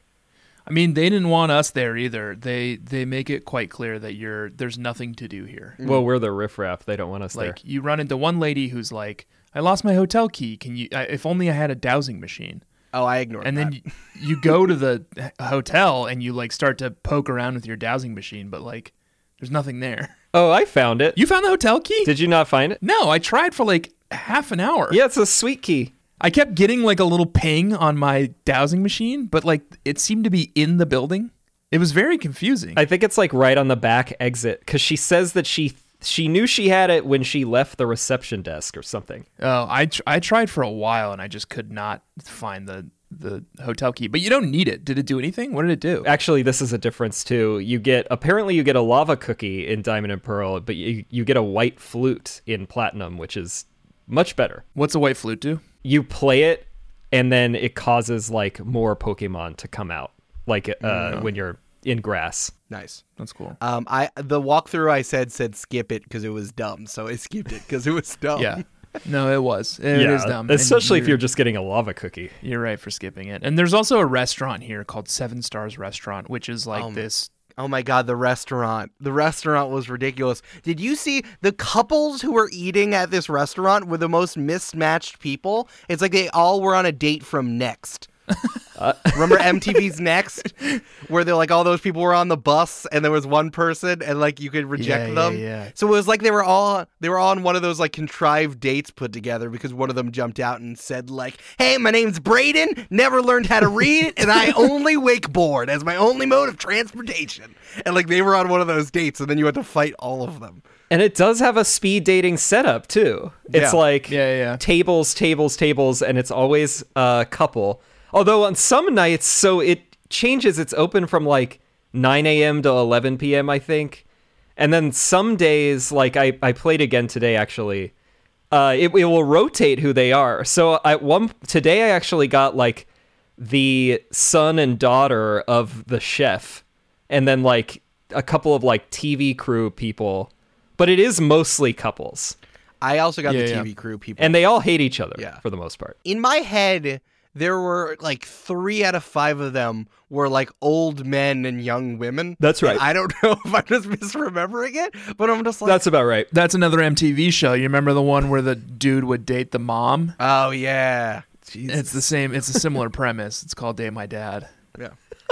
Speaker 1: I mean, they didn't want us there either. They they make it quite clear that you're there's nothing to do here.
Speaker 2: Well, we're the riffraff. They don't want us
Speaker 1: Mm. Like you run into one lady who's like, "I lost my hotel key. Can you? I, if only I had a dowsing machine."
Speaker 3: Oh, I ignored
Speaker 1: And
Speaker 3: that.
Speaker 1: then you, you go to the h- hotel and you like start to poke around with your dowsing machine, but like, there's nothing there.
Speaker 2: there. Oh, I found it.
Speaker 1: You found the hotel key?
Speaker 2: Did you not find it?
Speaker 1: no, I tried for like half an hour.
Speaker 2: Yeah, it's a sweet key.
Speaker 1: I kept getting like a little ping on my dowsing machine, but like it seemed to be in the building. It was very confusing.
Speaker 2: I think it's like right on the back exit because she says that she she knew she had it when she left the reception desk or something.
Speaker 1: Oh, I tr- I tried for a while and I just could not find the the hotel key. But you don't need it. Did it do anything? What did it do?
Speaker 2: Actually, this is a difference too. You get apparently you get a lava cookie in Diamond and Pearl, but you, you get a white flute in Platinum, which is much better.
Speaker 1: What's a white flute do?
Speaker 2: You play it, and then it causes like more Pokemon to come out, like uh, when you're in grass.
Speaker 3: nice.
Speaker 1: That's cool.
Speaker 3: Um, I the walkthrough I said said skip it because it was dumb, so I skipped it because it was dumb.
Speaker 1: Yeah. No, it was. It is dumb. and
Speaker 2: especially if
Speaker 1: you're
Speaker 2: you're just getting a lava cookie.
Speaker 1: you're right for skipping it. And there's also a restaurant here called Seven Stars Restaurant, which is like
Speaker 2: Um,
Speaker 1: this.
Speaker 3: Oh my god, the restaurant. The restaurant was ridiculous. Did you see the couples who were eating at this restaurant were the most mismatched people? It's like they all were on a date from Next. Remember MTV's Next, where they're like all those people were on the bus, and there was one person, and like you could reject
Speaker 1: yeah,
Speaker 3: them.
Speaker 1: yeah.
Speaker 3: So it was like they were all they were all on one of those like contrived dates put together because one of them jumped out and said like, "Hey, my name's Braden. Never learned how to read, and I only wakeboard as my only mode of transportation." And like they were on one of those dates, and then you had to fight all of them.
Speaker 2: And it does have a speed dating setup too. It's
Speaker 3: Yeah.
Speaker 2: like
Speaker 1: Yeah, yeah, yeah.
Speaker 2: tables, tables, tables, and it's always a couple. Although on some nights, so it changes. It's open from like 9 a.m. to 11 p.m. I think, and then some days, like I I played again today actually. Uh, it, it will rotate who they are. So at one today, I actually got like the son and daughter of the chef and then like a couple of like TV crew people, but it is mostly couples,
Speaker 3: I also got
Speaker 1: Yeah,
Speaker 3: the
Speaker 1: yeah.
Speaker 3: TV crew people.
Speaker 2: and they all hate each other
Speaker 3: Yeah.
Speaker 2: for the most part.
Speaker 3: in my head there were like three out of five of them were like old men and young women.
Speaker 2: That's right.
Speaker 3: And I don't know if I'm just misremembering it, but I'm just like,
Speaker 2: That's about right.
Speaker 1: That's another MTV show. You remember the one where the dude would date the mom?
Speaker 3: oh yeah, Jesus.
Speaker 1: It's the same. It's a similar premise. It's called Date My Dad.
Speaker 3: yeah.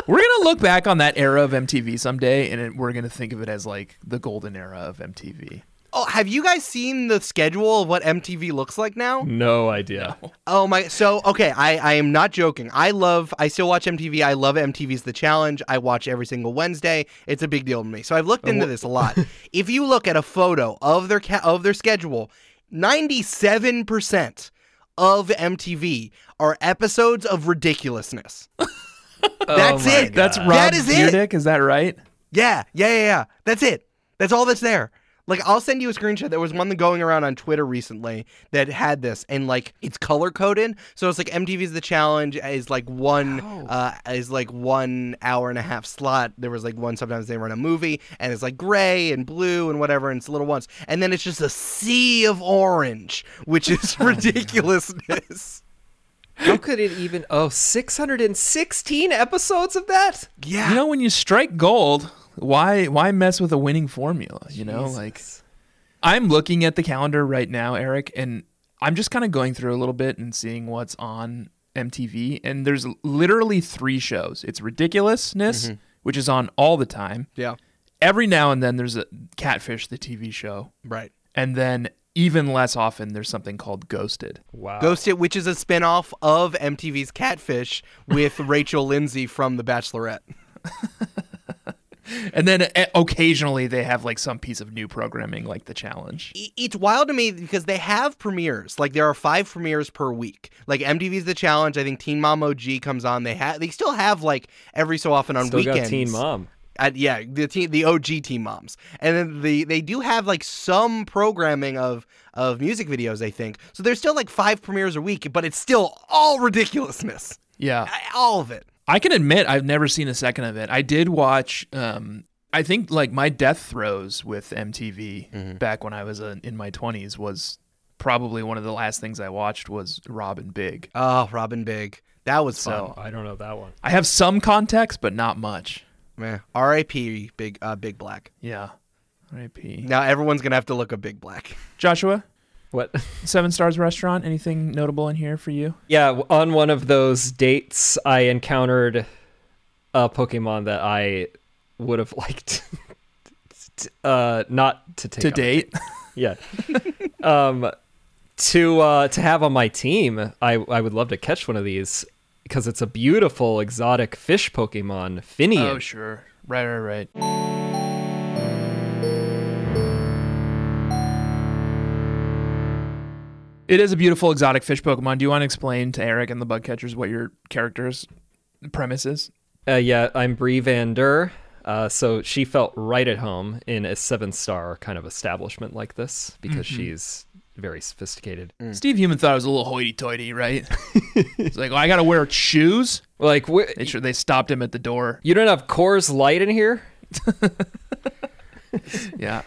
Speaker 1: We're gonna look back on that era of MTV someday, and it, we're gonna think of it as like the golden era of MTV.
Speaker 3: Oh, have you guys seen the schedule of what MTV looks like now?
Speaker 2: No idea.
Speaker 3: Oh my! So okay, I I am not joking. I love. I still watch MTV. I love MTV's The Challenge. I watch every single Wednesday. It's a big deal to me. So I've looked into this a lot. if you look at a photo of their ca- of their schedule, ninety seven percent of MTV are episodes of ridiculousness. That's
Speaker 2: Oh my
Speaker 3: it.
Speaker 2: God.
Speaker 1: That's
Speaker 3: That
Speaker 1: Rob
Speaker 3: is it.
Speaker 1: Dyrdek, is that right?
Speaker 3: Yeah, yeah, yeah, yeah. That's it. That's all that's there. Like I'll send you a screenshot. There was one going around on Twitter recently that had this, and like it's color coded, so it's like MTV's The Challenge is like one uh, is like one hour and a half slot. There was like one sometimes they run a movie, and it's like gray and blue and whatever, and it's little ones, and then it's just a sea of orange, which is ridiculousness.
Speaker 2: How could it even? Oh, 616 episodes of that?
Speaker 3: yeah,
Speaker 1: You know, when you strike gold, why why mess with a winning formula? You know, like
Speaker 2: Jesus.
Speaker 1: I'm looking at the calendar right now, Eric, and I'm just kind of going through a little bit and seeing what's on MTV. And there's literally three shows. It's Ridiculousness,
Speaker 3: Mm-hmm.
Speaker 1: which is on all the time.
Speaker 3: yeah,
Speaker 1: Every now and then there's a Catfish, the TV show,
Speaker 3: right.
Speaker 1: and then even less often there's something called Ghosted.
Speaker 2: wow.
Speaker 3: Ghost It, which is a spin-off of MTV's Catfish with Rachel Lindsay from The Bachelorette.
Speaker 1: And then eh, occasionally they have like some piece of new programming, like the Challenge.
Speaker 3: I- It's wild to me because they have premieres. Like there are five premieres per week. Like MTV's The Challenge. I think Teen Mom OG comes on. They have. They still have like every so often on
Speaker 2: Still
Speaker 3: weekends.
Speaker 2: got Teen Mom.
Speaker 3: Uh, yeah, the team, the OG team moms, and then the they do have like some programming of of music videos. I think so. There's still like five premieres a week, but it's still all ridiculousness,
Speaker 1: Yeah.
Speaker 3: I- all of it.
Speaker 1: I can admit I've never seen a second of it. I did watch. Um, I think like my death throes with MTV back when I was uh, in my twenties was probably one of the last things I watched was Robin Big.
Speaker 3: Oh, Robin Big, that was fun.
Speaker 1: So
Speaker 2: Oh, I don't know that one.
Speaker 1: I have some context, but not much.
Speaker 3: Man, R.I.P. Big uh, Big Black.
Speaker 1: Yeah. R.I.P.
Speaker 3: Now everyone's gonna have to look up Big Black.
Speaker 1: Joshua,
Speaker 2: What?
Speaker 1: Seven Stars Restaurant. Anything notable in here for you?
Speaker 2: Yeah, w- on one of those dates, I encountered a Pokemon that I would have liked t- uh, not to take
Speaker 1: To
Speaker 2: on.
Speaker 1: date,
Speaker 2: Yeah, um, to uh, to have on my team, I I would love to catch one of these because it's a beautiful exotic fish Pokemon, Finian.
Speaker 1: oh sure, right, right, right. It is a beautiful exotic fish Pokemon. Do you want to explain to Eric and the bug catchers what your character's premise is?
Speaker 2: Uh, yeah, I'm Brie Van Der. Uh, so she felt right at home in a seven star kind of establishment like this because
Speaker 1: Mm-hmm.
Speaker 2: she's very sophisticated.
Speaker 1: Steve Human thought it was a little hoity-toity, right? It's like, well, I gotta wear shoes.
Speaker 2: Like, wh-
Speaker 1: They sure they stopped him at the door.
Speaker 2: you don't have Coors Light in here?
Speaker 1: Yeah,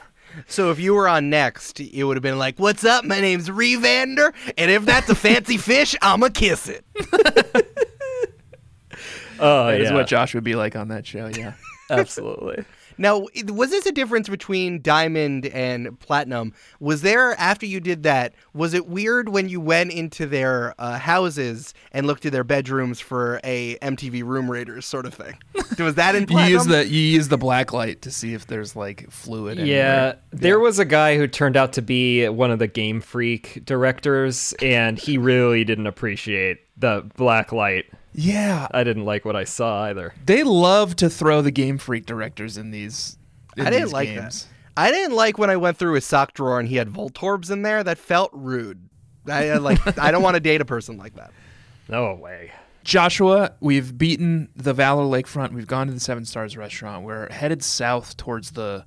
Speaker 3: So if you were on next, it would have been like, "What's up? My name's Revander, and if that's a fancy fish, I'ma kiss it."
Speaker 2: Oh,
Speaker 1: that is
Speaker 2: yeah,
Speaker 1: what Josh would be like on that show. Yeah.
Speaker 2: absolutely.
Speaker 3: Now, it- was this a difference between diamond and platinum? Was there after you did that? Was it weird when you went into their uh, houses and looked at their bedrooms for a MTV Room Raiders sort of thing? Was that in
Speaker 1: You
Speaker 3: platinum?
Speaker 1: use the you use the black light to see if there's like fluid.
Speaker 2: Yeah, there was a guy who turned out to be one of the Game Freak directors, and he really didn't appreciate the black light.
Speaker 1: Yeah.
Speaker 2: I didn't like what I saw either.
Speaker 1: They love to throw the Game Freak directors in these. in
Speaker 3: I didn't
Speaker 1: these
Speaker 3: like
Speaker 1: games.
Speaker 3: that. I didn't like when I went through his sock drawer and he had Voltorbs in there. That felt rude. I I, like. I don't want to date a person like that.
Speaker 2: No way.
Speaker 1: Joshua, we've beaten the Valor Lakefront. We've gone to the Seven Stars restaurant. We're headed south towards the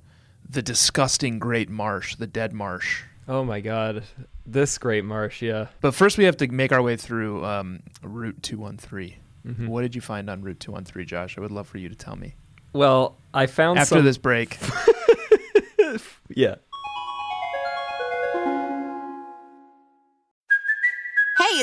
Speaker 1: the disgusting Great Marsh, the Dead Marsh.
Speaker 2: Oh my god. This great marsh, yeah.
Speaker 1: But first, we have to make our way through um, Route 213.
Speaker 3: Mm-hmm.
Speaker 1: What did you find on Route 213, Josh? I would love for you to tell me.
Speaker 2: Well, I found
Speaker 1: After
Speaker 2: some-
Speaker 1: this break,
Speaker 2: Yeah.
Speaker 4: Hey,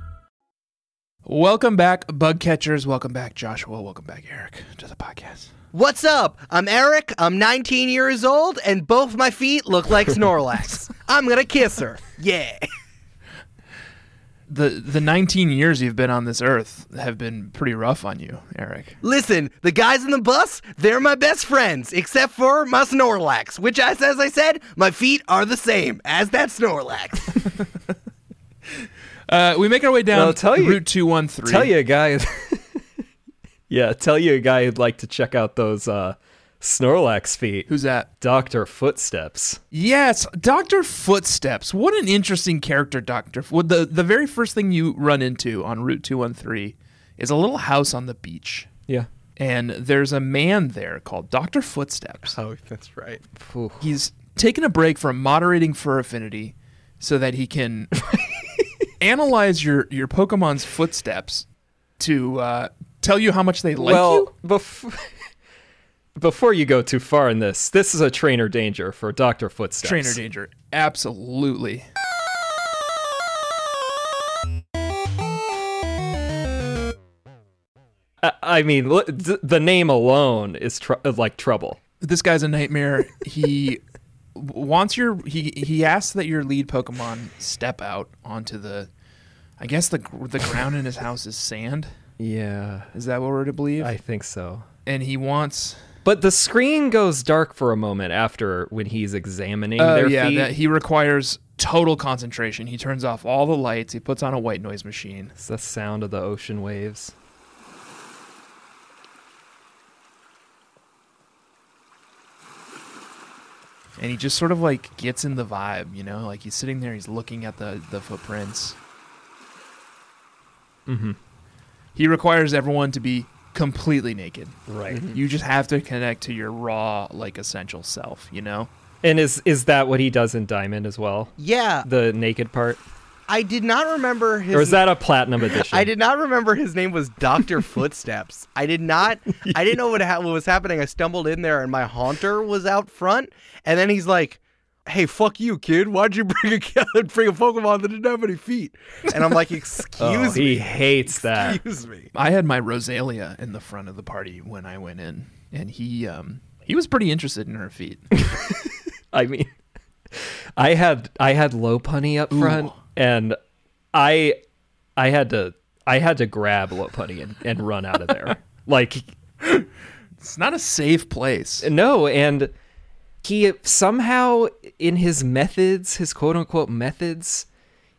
Speaker 1: welcome back, bug catchers. Welcome back, Joshua. Welcome back, Eric, to the podcast.
Speaker 3: What's up? I'm Eric. I'm 19 years old, and both my feet look like Snorlax. I'm gonna kiss her. Yeah.
Speaker 1: the the 19 years you've been on this earth have been pretty rough on you, Eric.
Speaker 3: Listen, the guys in the bus, they're my best friends, except for my Snorlax, which, as, as I said, my feet are the same as that Snorlax.
Speaker 1: Uh, we make our way down
Speaker 2: Well, tell you-
Speaker 1: Route 213.
Speaker 2: Tell you a guy. yeah, tell you a guy who'd like to check out those uh, Snorlax feet.
Speaker 1: Who's that?
Speaker 2: Doctor Footsteps?
Speaker 1: Yes, Dr. Footsteps. What an interesting character, Dr. F- well, the, the very first thing you run into on Route 213 is a little house on the beach.
Speaker 2: Yeah.
Speaker 1: And there's a man there called Dr. Footsteps.
Speaker 3: oh, that's right.
Speaker 1: He's taken a break from moderating Fur Affinity so that he can analyze your, your Pokemon's footsteps to uh, tell you how much they like you.
Speaker 2: well, bef- before you go too far in this, this is a trainer danger for Doctor Footsteps.
Speaker 1: Trainer danger. Absolutely.
Speaker 2: I, I mean, l- th- the name alone is tr- is like trouble.
Speaker 1: this guy's a nightmare. He w- wants your he he asks that your lead Pokemon step out onto the, I guess the gr- the ground in his house is sand.
Speaker 2: Yeah,
Speaker 1: Is that what we're to believe?
Speaker 2: I think so.
Speaker 1: and he wants.
Speaker 2: But the screen goes dark for a moment after when he's examining
Speaker 1: Oh
Speaker 2: their
Speaker 1: yeah,
Speaker 2: feet.
Speaker 1: that he requires total concentration. He turns off all the lights. He puts on a white noise machine.
Speaker 2: It's the sound of the ocean waves.
Speaker 1: and he just sort of like gets in the vibe, you know, like he's sitting there, he's looking at the the footprints. Mm-hmm.
Speaker 2: Mm-hmm.
Speaker 1: He requires everyone to be completely naked. Right.
Speaker 2: Mm-hmm.
Speaker 1: You just have to connect to your raw, like essential self, you know.
Speaker 2: And is is that what he does in Diamond as well?
Speaker 3: Yeah,
Speaker 2: The naked part,
Speaker 3: I did not remember his.
Speaker 2: or is that a platinum edition?
Speaker 3: I did not remember his name was Doctor Footsteps. I did not. I didn't know what ha- what was happening. I stumbled in there, and my haunter was out front. And then he's like, "Hey, fuck you, kid! Why'd you bring a bring a Pokemon that didn't have any feet?" And I'm like, "Excuse
Speaker 2: Oh,
Speaker 3: me,
Speaker 2: he hates that.
Speaker 3: excuse me."
Speaker 1: I had my Rosalia in the front of the party when I went in, and he um he was pretty interested in her feet.
Speaker 2: I mean, I had I had low punny up front, and I I had to I had to grab low punny and, and run out of there. like
Speaker 1: It's not a safe place.
Speaker 2: no, and he somehow in his methods, his quote unquote methods,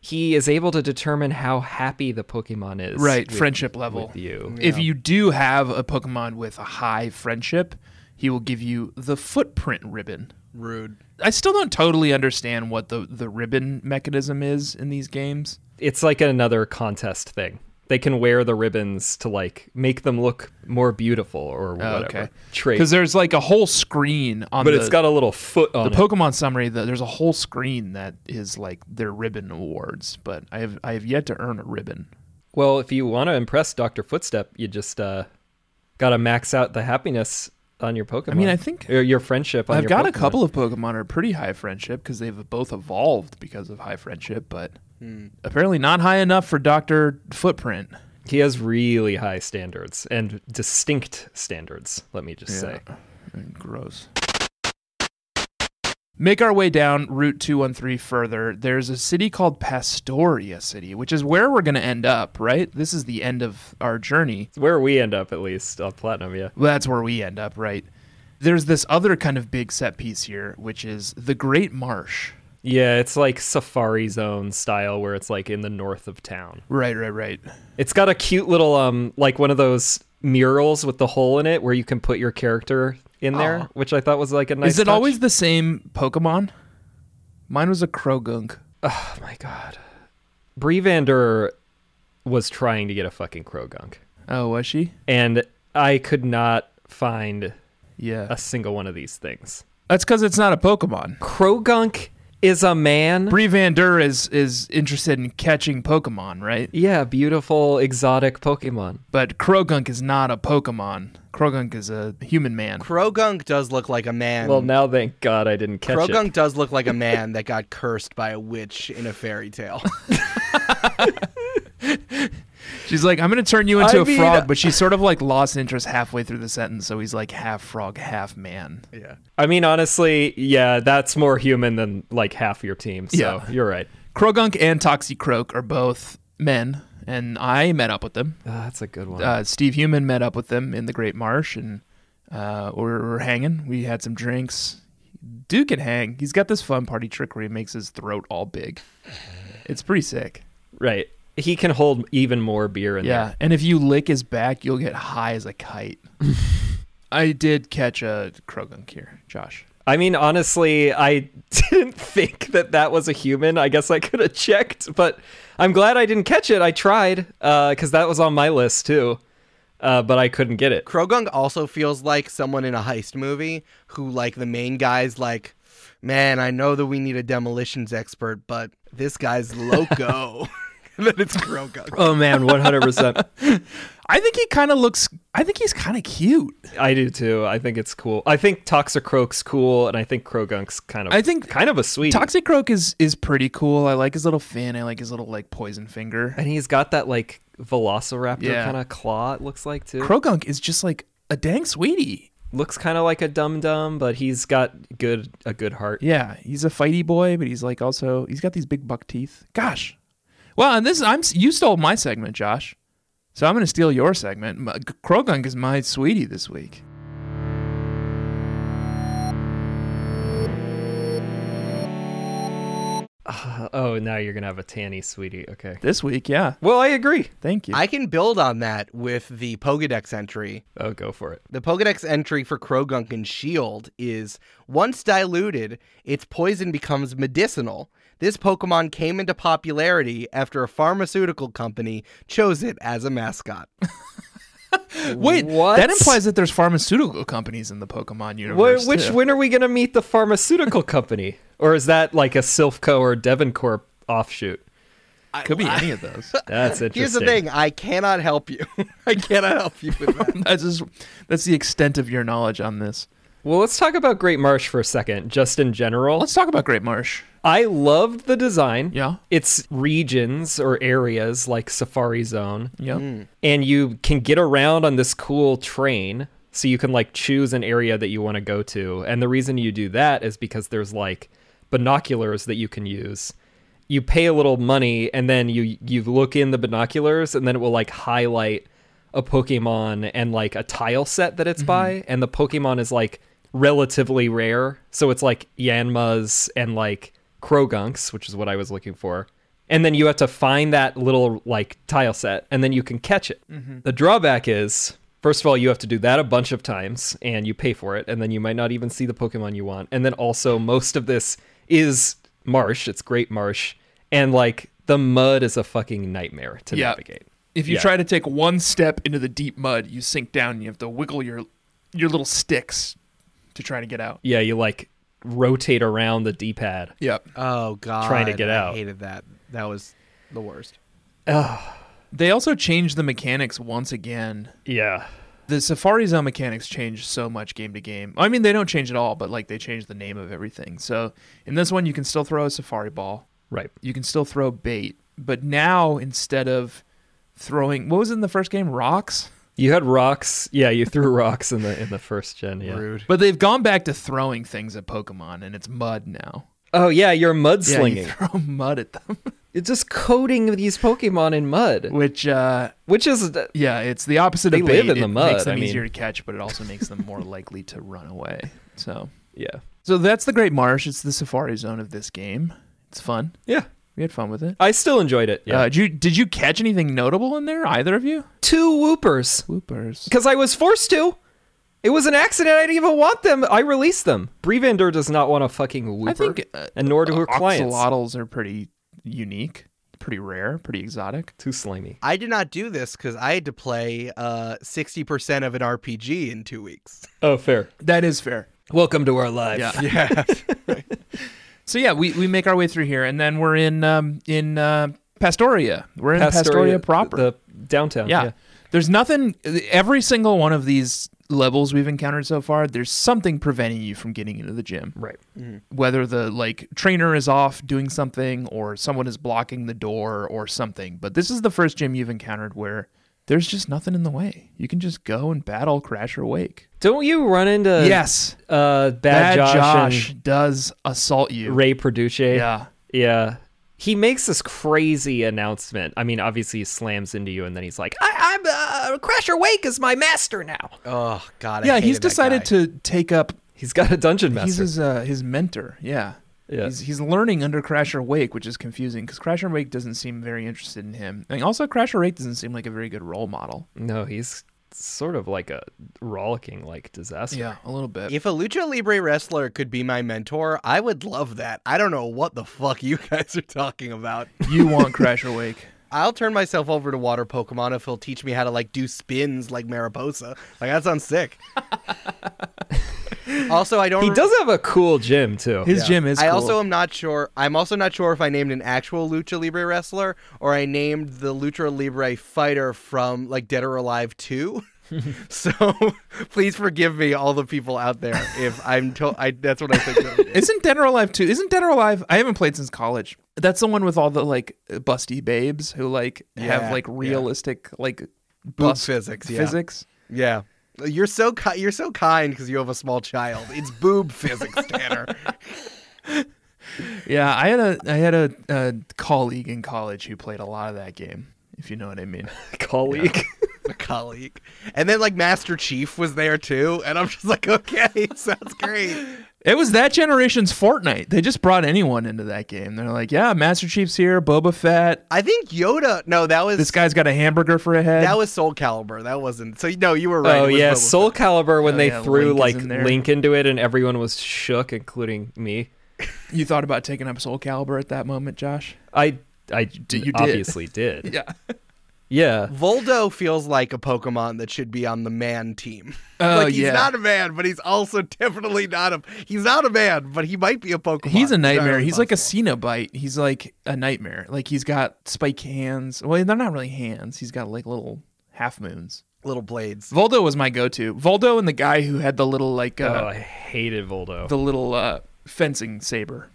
Speaker 2: he is able to determine how happy the Pokemon is.
Speaker 1: right
Speaker 2: with-
Speaker 1: friendship level
Speaker 2: with you.
Speaker 1: if you do have a pokemon with a high friendship he will give you the footprint ribbon
Speaker 3: Rude.
Speaker 1: i still don't totally understand what the, the ribbon mechanism is in these games
Speaker 2: It's like another contest thing. They can wear the ribbons to like make them look more beautiful or whatever.
Speaker 1: Oh, Uh, okay
Speaker 2: Trait.
Speaker 1: because there's like a whole screen on
Speaker 2: but
Speaker 1: the,
Speaker 2: it's got a little foot on
Speaker 1: the
Speaker 2: it.
Speaker 1: pokemon summary the, there's a whole screen that is like their ribbon awards but i have i have yet to earn a ribbon
Speaker 2: Well, if you want to impress Doctor Footstep, you just uh, gotta max out the happiness on your Pokemon. I
Speaker 1: mean, I think-
Speaker 2: or your friendship. On
Speaker 1: I've
Speaker 2: your
Speaker 1: got a
Speaker 2: Pokemon.
Speaker 1: couple of Pokemon are pretty high friendship because they've both evolved because of high friendship, but apparently not high enough for Doctor Footprint.
Speaker 2: He has really high standards and distinct standards. Let me just say.
Speaker 1: Mm, Gross. Make our way down Route 213 further. There's a city called Pastoria City, which is where we're going to end up, right? This is the end of our journey.
Speaker 2: It's where we end up, at least on Platinum. Yeah.
Speaker 1: Well, that's where we end up, right? There's this other kind of big set piece here, which is the Great Marsh.
Speaker 2: Yeah, it's like Safari Zone style, where it's like in the north of town.
Speaker 1: Right, right, right.
Speaker 2: It's got a cute little um, like one of those murals with the hole in it where you can put your character in there,
Speaker 1: Aw.
Speaker 2: which I thought was like a nice.
Speaker 1: is it
Speaker 2: touch.
Speaker 1: always the same Pokemon? Mine was a Krogunk.
Speaker 2: Oh my god. Brevander was trying to get a fucking Krogunk.
Speaker 1: Oh, was she?
Speaker 2: And I could not find
Speaker 1: Yeah.
Speaker 2: a single one of these things.
Speaker 1: That's because it's not a Pokemon.
Speaker 2: Krogunk is a man.
Speaker 1: Brevander is is interested in catching Pokemon, right?
Speaker 2: yeah, beautiful exotic Pokemon.
Speaker 1: But Krogunk is not a Pokemon. Krogunk is a human man.
Speaker 3: Krogunk does look like a man.
Speaker 2: Well, now thank God I didn't catch
Speaker 3: Krogunk
Speaker 2: it.
Speaker 3: does look like a man that got cursed by a witch in a fairy tale.
Speaker 1: She's like, I'm gonna turn you into
Speaker 2: I
Speaker 1: a
Speaker 2: mean- uh,
Speaker 1: frog, but she's sort of like lost interest halfway through the sentence, so he's like half frog, half man.
Speaker 3: yeah.
Speaker 2: I mean, honestly, yeah, that's more human than like half your team. So
Speaker 1: Yeah.
Speaker 2: you're right.
Speaker 1: Krogunk and Toxicroak are both men, and I met up with them.
Speaker 2: Ah, that's a good one.
Speaker 1: Uh, Steve Human met up with them in the Great Marsh, and uh, we were, we were hanging. We had some drinks. Dude can hang. He's got this fun party trick where he makes his throat all big. It's pretty sick.
Speaker 2: right. He can hold even more beer in
Speaker 1: Yeah, and if you lick his back, you'll get high as a kite. I did catch a Krogunk here, Josh.
Speaker 2: I mean, honestly, I didn't think that that was a human. I guess I could have checked, but I'm glad I didn't catch it. I tried because that was on my list too, uh, but I couldn't get it.
Speaker 3: Krogung also feels like someone in a heist movie who, like, the main guy's like, man, I know that we need a demolitions expert, but this guy's loco. and then it's Krogung.
Speaker 2: Oh man, 100%.
Speaker 1: I think he kind of looks. I think he's kind of cute.
Speaker 2: I do too. I think it's cool. I think Toxicroak's cool, and I think Krogunk's kind of.
Speaker 1: I think-
Speaker 2: kind of a sweet.
Speaker 1: Toxic Croak is is pretty cool. I like his little fin. I like his little like poison finger.
Speaker 2: and he's got that like Velociraptor
Speaker 1: Yeah.
Speaker 2: kind of claw. It looks like too.
Speaker 1: Krogunk is just like a dang sweetie.
Speaker 2: looks kind of like a dum dum, but he's got good a good heart.
Speaker 1: Yeah, he's a fighty boy, but he's like also he's got these big buck teeth. Gosh. Well, and this I'm you stole my segment, Josh. So I'm gonna steal your segment. My- Krogunk is my sweetie this week.
Speaker 2: Oh, now you're gonna have a tanny, sweetie. Okay.
Speaker 1: This week, yeah.
Speaker 2: Well, I agree.
Speaker 1: Thank you.
Speaker 3: I can build on that with the Pokedex entry.
Speaker 2: Oh, go for it.
Speaker 3: The Pokedex entry for Krogunk and Shield E is once diluted, its poison becomes medicinal. This Pokemon came into popularity after a pharmaceutical company chose it as a mascot.
Speaker 1: Wait,
Speaker 2: What?
Speaker 1: that implies that there's pharmaceutical companies in the Pokemon universe.
Speaker 2: Wh- which
Speaker 1: too.
Speaker 2: when are we gonna meet the pharmaceutical company, or is that like a Silphco or Devoncorp offshoot?
Speaker 1: could be any of those.
Speaker 2: That's interesting.
Speaker 3: Here's the thing I cannot help you. I cannot help you with that.
Speaker 1: That's just that's the extent of your knowledge on this.
Speaker 2: Well, let's talk about Great Marsh for a second, just in general.
Speaker 1: Let's talk about Great Marsh.
Speaker 2: I loved the design.
Speaker 1: Yeah.
Speaker 2: It's regions or areas like Safari Zone.
Speaker 1: Yeah.
Speaker 2: And you can get around on this cool train. So you can like choose an area that you want to go to. And the reason you do that is because there's like binoculars that you can use. You pay a little money and then you you look in the binoculars and then it will like highlight a Pokemon and like a tile set that it's by, and the Pokemon is like relatively rare. So it's like Yanmas and like Krogunks, which is what I was looking for. And then you have to find that little like tile set, and then you can catch it. The drawback is, first of all, you have to do that a bunch of times, and you pay for it, and then you might not even see the Pokemon you want. And then also, most of this is marsh. It's great marsh, and like the mud is a fucking nightmare to
Speaker 1: Yeah.
Speaker 2: navigate.
Speaker 1: If you
Speaker 2: Yeah.
Speaker 1: try to take one step into the deep mud, you sink down. and You have to wiggle your your little sticks to try to get out.
Speaker 2: yeah, you like rotate around the D-pad.
Speaker 1: Yep.
Speaker 3: Oh, God.
Speaker 2: Trying to get
Speaker 3: I
Speaker 2: out.
Speaker 3: hated that. That was the worst.
Speaker 1: They also changed the mechanics once again.
Speaker 2: Yeah.
Speaker 1: The Safari Zone mechanics change so much game to game. I mean, they don't change at all, but like they change the name of everything. So in this one, you can still throw a Safari ball.
Speaker 2: Right.
Speaker 1: You can still throw bait, but now instead of throwing, what was in the first game? Rocks.
Speaker 2: You had rocks. Yeah, you threw rocks in the in the first gen. Yeah.
Speaker 3: Rude.
Speaker 1: But they've gone back to throwing things at Pokemon, and it's mud now.
Speaker 2: Oh yeah, you're mudslinging.
Speaker 1: Yeah, you throw mud at them,
Speaker 2: It's just coating these Pokemon in mud,
Speaker 1: which uh,
Speaker 2: which is
Speaker 1: Yeah, it's the opposite
Speaker 2: They
Speaker 1: of
Speaker 2: live
Speaker 1: bait.
Speaker 2: in the
Speaker 1: it Makes
Speaker 2: mud,
Speaker 1: them
Speaker 2: I mean.
Speaker 1: easier to catch, but it also makes them more likely to run away. So,
Speaker 2: yeah.
Speaker 1: so that's the Great Marsh. It's the safari zone of this game. It's fun.
Speaker 2: Yeah.
Speaker 1: We had fun with it.
Speaker 2: I still enjoyed it. Yeah.
Speaker 1: Uh, did you did you catch anything notable in there? Either of you?
Speaker 2: Two whoopers
Speaker 1: Bloopers.
Speaker 2: cuz I was forced to. It was an accident. I didn't even want them. I released them. Brevander does not want a fucking whooper.
Speaker 1: I think uh,
Speaker 2: and nor do her clients.
Speaker 1: Oxalotls are pretty unique, pretty rare, pretty exotic.
Speaker 2: Too slimy.
Speaker 3: I did not do this because I had to play uh, 60% of an RPG in two weeks.
Speaker 2: Oh, fair.
Speaker 1: That is fair.
Speaker 2: Welcome to our life.
Speaker 1: Yeah. Yeah. so yeah, we, we make our way through here, and then we're in um, in uh, Pastoria. We're in Pastoria, proper.
Speaker 2: The downtown.
Speaker 1: yeah.
Speaker 2: yeah.
Speaker 1: There's nothing, every single one of these levels we've encountered so far, there's something preventing you from getting into the gym.
Speaker 2: Right.
Speaker 1: Whether the like trainer is off doing something or someone is blocking the door or something. But this is the first gym you've encountered where there's just nothing in the way. You can just go and battle Crash or Wake.
Speaker 2: Don't you run into
Speaker 1: yes.
Speaker 2: uh,
Speaker 1: Bad
Speaker 2: Bad,
Speaker 1: Josh,
Speaker 2: Josh,
Speaker 1: does assault you.
Speaker 2: and Ray Perduce?
Speaker 1: Yeah.
Speaker 2: yeah. he makes this crazy announcement. I mean, obviously he slams into you, and then he's like, I, "I'm uh, Crasher Wake is my master now."
Speaker 3: Oh God. I
Speaker 1: yeah,
Speaker 3: hated
Speaker 1: he's
Speaker 3: that
Speaker 1: decided
Speaker 3: guy.
Speaker 1: to take up.
Speaker 2: He's got a dungeon
Speaker 1: He's
Speaker 2: master.
Speaker 1: his uh, his mentor. Yeah.
Speaker 2: Yeah.
Speaker 1: He's, he's learning under Crasher Wake, which is confusing because Crasher Wake doesn't seem very interested in him. And also, Crasher Wake doesn't seem like a very good role model.
Speaker 2: no, he's sort of like a rollicking like disaster.
Speaker 1: Yeah, a little bit.
Speaker 3: If a lucha libre wrestler could be my mentor, I would love that. I don't know what the fuck you guys are talking about.
Speaker 1: you want Crasher Wake.
Speaker 3: I'll turn myself over to water Pokemon if he'll teach me how to like do spins like Mariposa. Like that sounds sick. also, I don't.
Speaker 2: He does have a cool gym too.
Speaker 1: His gym is.
Speaker 3: I
Speaker 1: cool.
Speaker 3: also am not sure. I'm also not sure if I named an actual lucha libre wrestler or I named the lucha libre fighter from like Dead or Alive 2. so please forgive me, all the people out there, if I'm to- I that's what I think. of it.
Speaker 1: Isn't Dead or Alive 2? Isn't Dead or Alive? I haven't played since college. That's the one with all the like busty babes who like have
Speaker 3: Yeah,
Speaker 1: like
Speaker 3: yeah.
Speaker 1: realistic like bust
Speaker 3: physics, yeah.
Speaker 1: Physics.
Speaker 3: Yeah. You're so ki- you're so kind because you have a small child. It's boob physics, Tanner.
Speaker 1: Yeah, I had a I had a, a colleague in college who played a lot of that game. If you know what I mean.
Speaker 2: colleague.
Speaker 3: a colleague, and then like Master Chief was there too, and I'm just like, okay, sounds great.
Speaker 1: It was that generation's Fortnite. They just brought anyone into that game. They're like, yeah, Master Chief's here, Boba Fett.
Speaker 3: I think Yoda. No, that was
Speaker 1: This guy's got a hamburger for a head.
Speaker 3: that was Soul Calibur. That wasn't. So no, you were right.
Speaker 2: Oh
Speaker 3: it was
Speaker 2: yeah,
Speaker 3: Boba
Speaker 2: Soul
Speaker 3: Fett.
Speaker 2: Calibur when
Speaker 1: Oh,
Speaker 2: they
Speaker 1: yeah, Link
Speaker 2: threw
Speaker 1: is
Speaker 2: like
Speaker 1: in there.
Speaker 2: Link into it and everyone was shook, including me.
Speaker 1: you thought about taking up Soul Calibur at that moment, Josh?
Speaker 2: I I
Speaker 1: you did.
Speaker 2: obviously did.
Speaker 1: Yeah.
Speaker 2: Yeah.
Speaker 3: Voldo feels like a Pokemon that should be on the man team.
Speaker 1: Oh,
Speaker 3: like he's
Speaker 1: yeah.
Speaker 3: not a man, but he's also definitely not a. He's not a man, but he might be a Pokemon.
Speaker 1: He's a nightmare.
Speaker 3: Entirely
Speaker 1: He's like a
Speaker 3: possible.
Speaker 1: Cenobite. He's like a nightmare. Like he's got spike hands. Well, they're not really hands. He's got like little half moons.
Speaker 3: little blades.
Speaker 1: Voldo was my go-to. Voldo and the guy who had the little like
Speaker 2: Oh,
Speaker 1: uh,
Speaker 2: I hated Voldo.
Speaker 1: the little uh, fencing saber,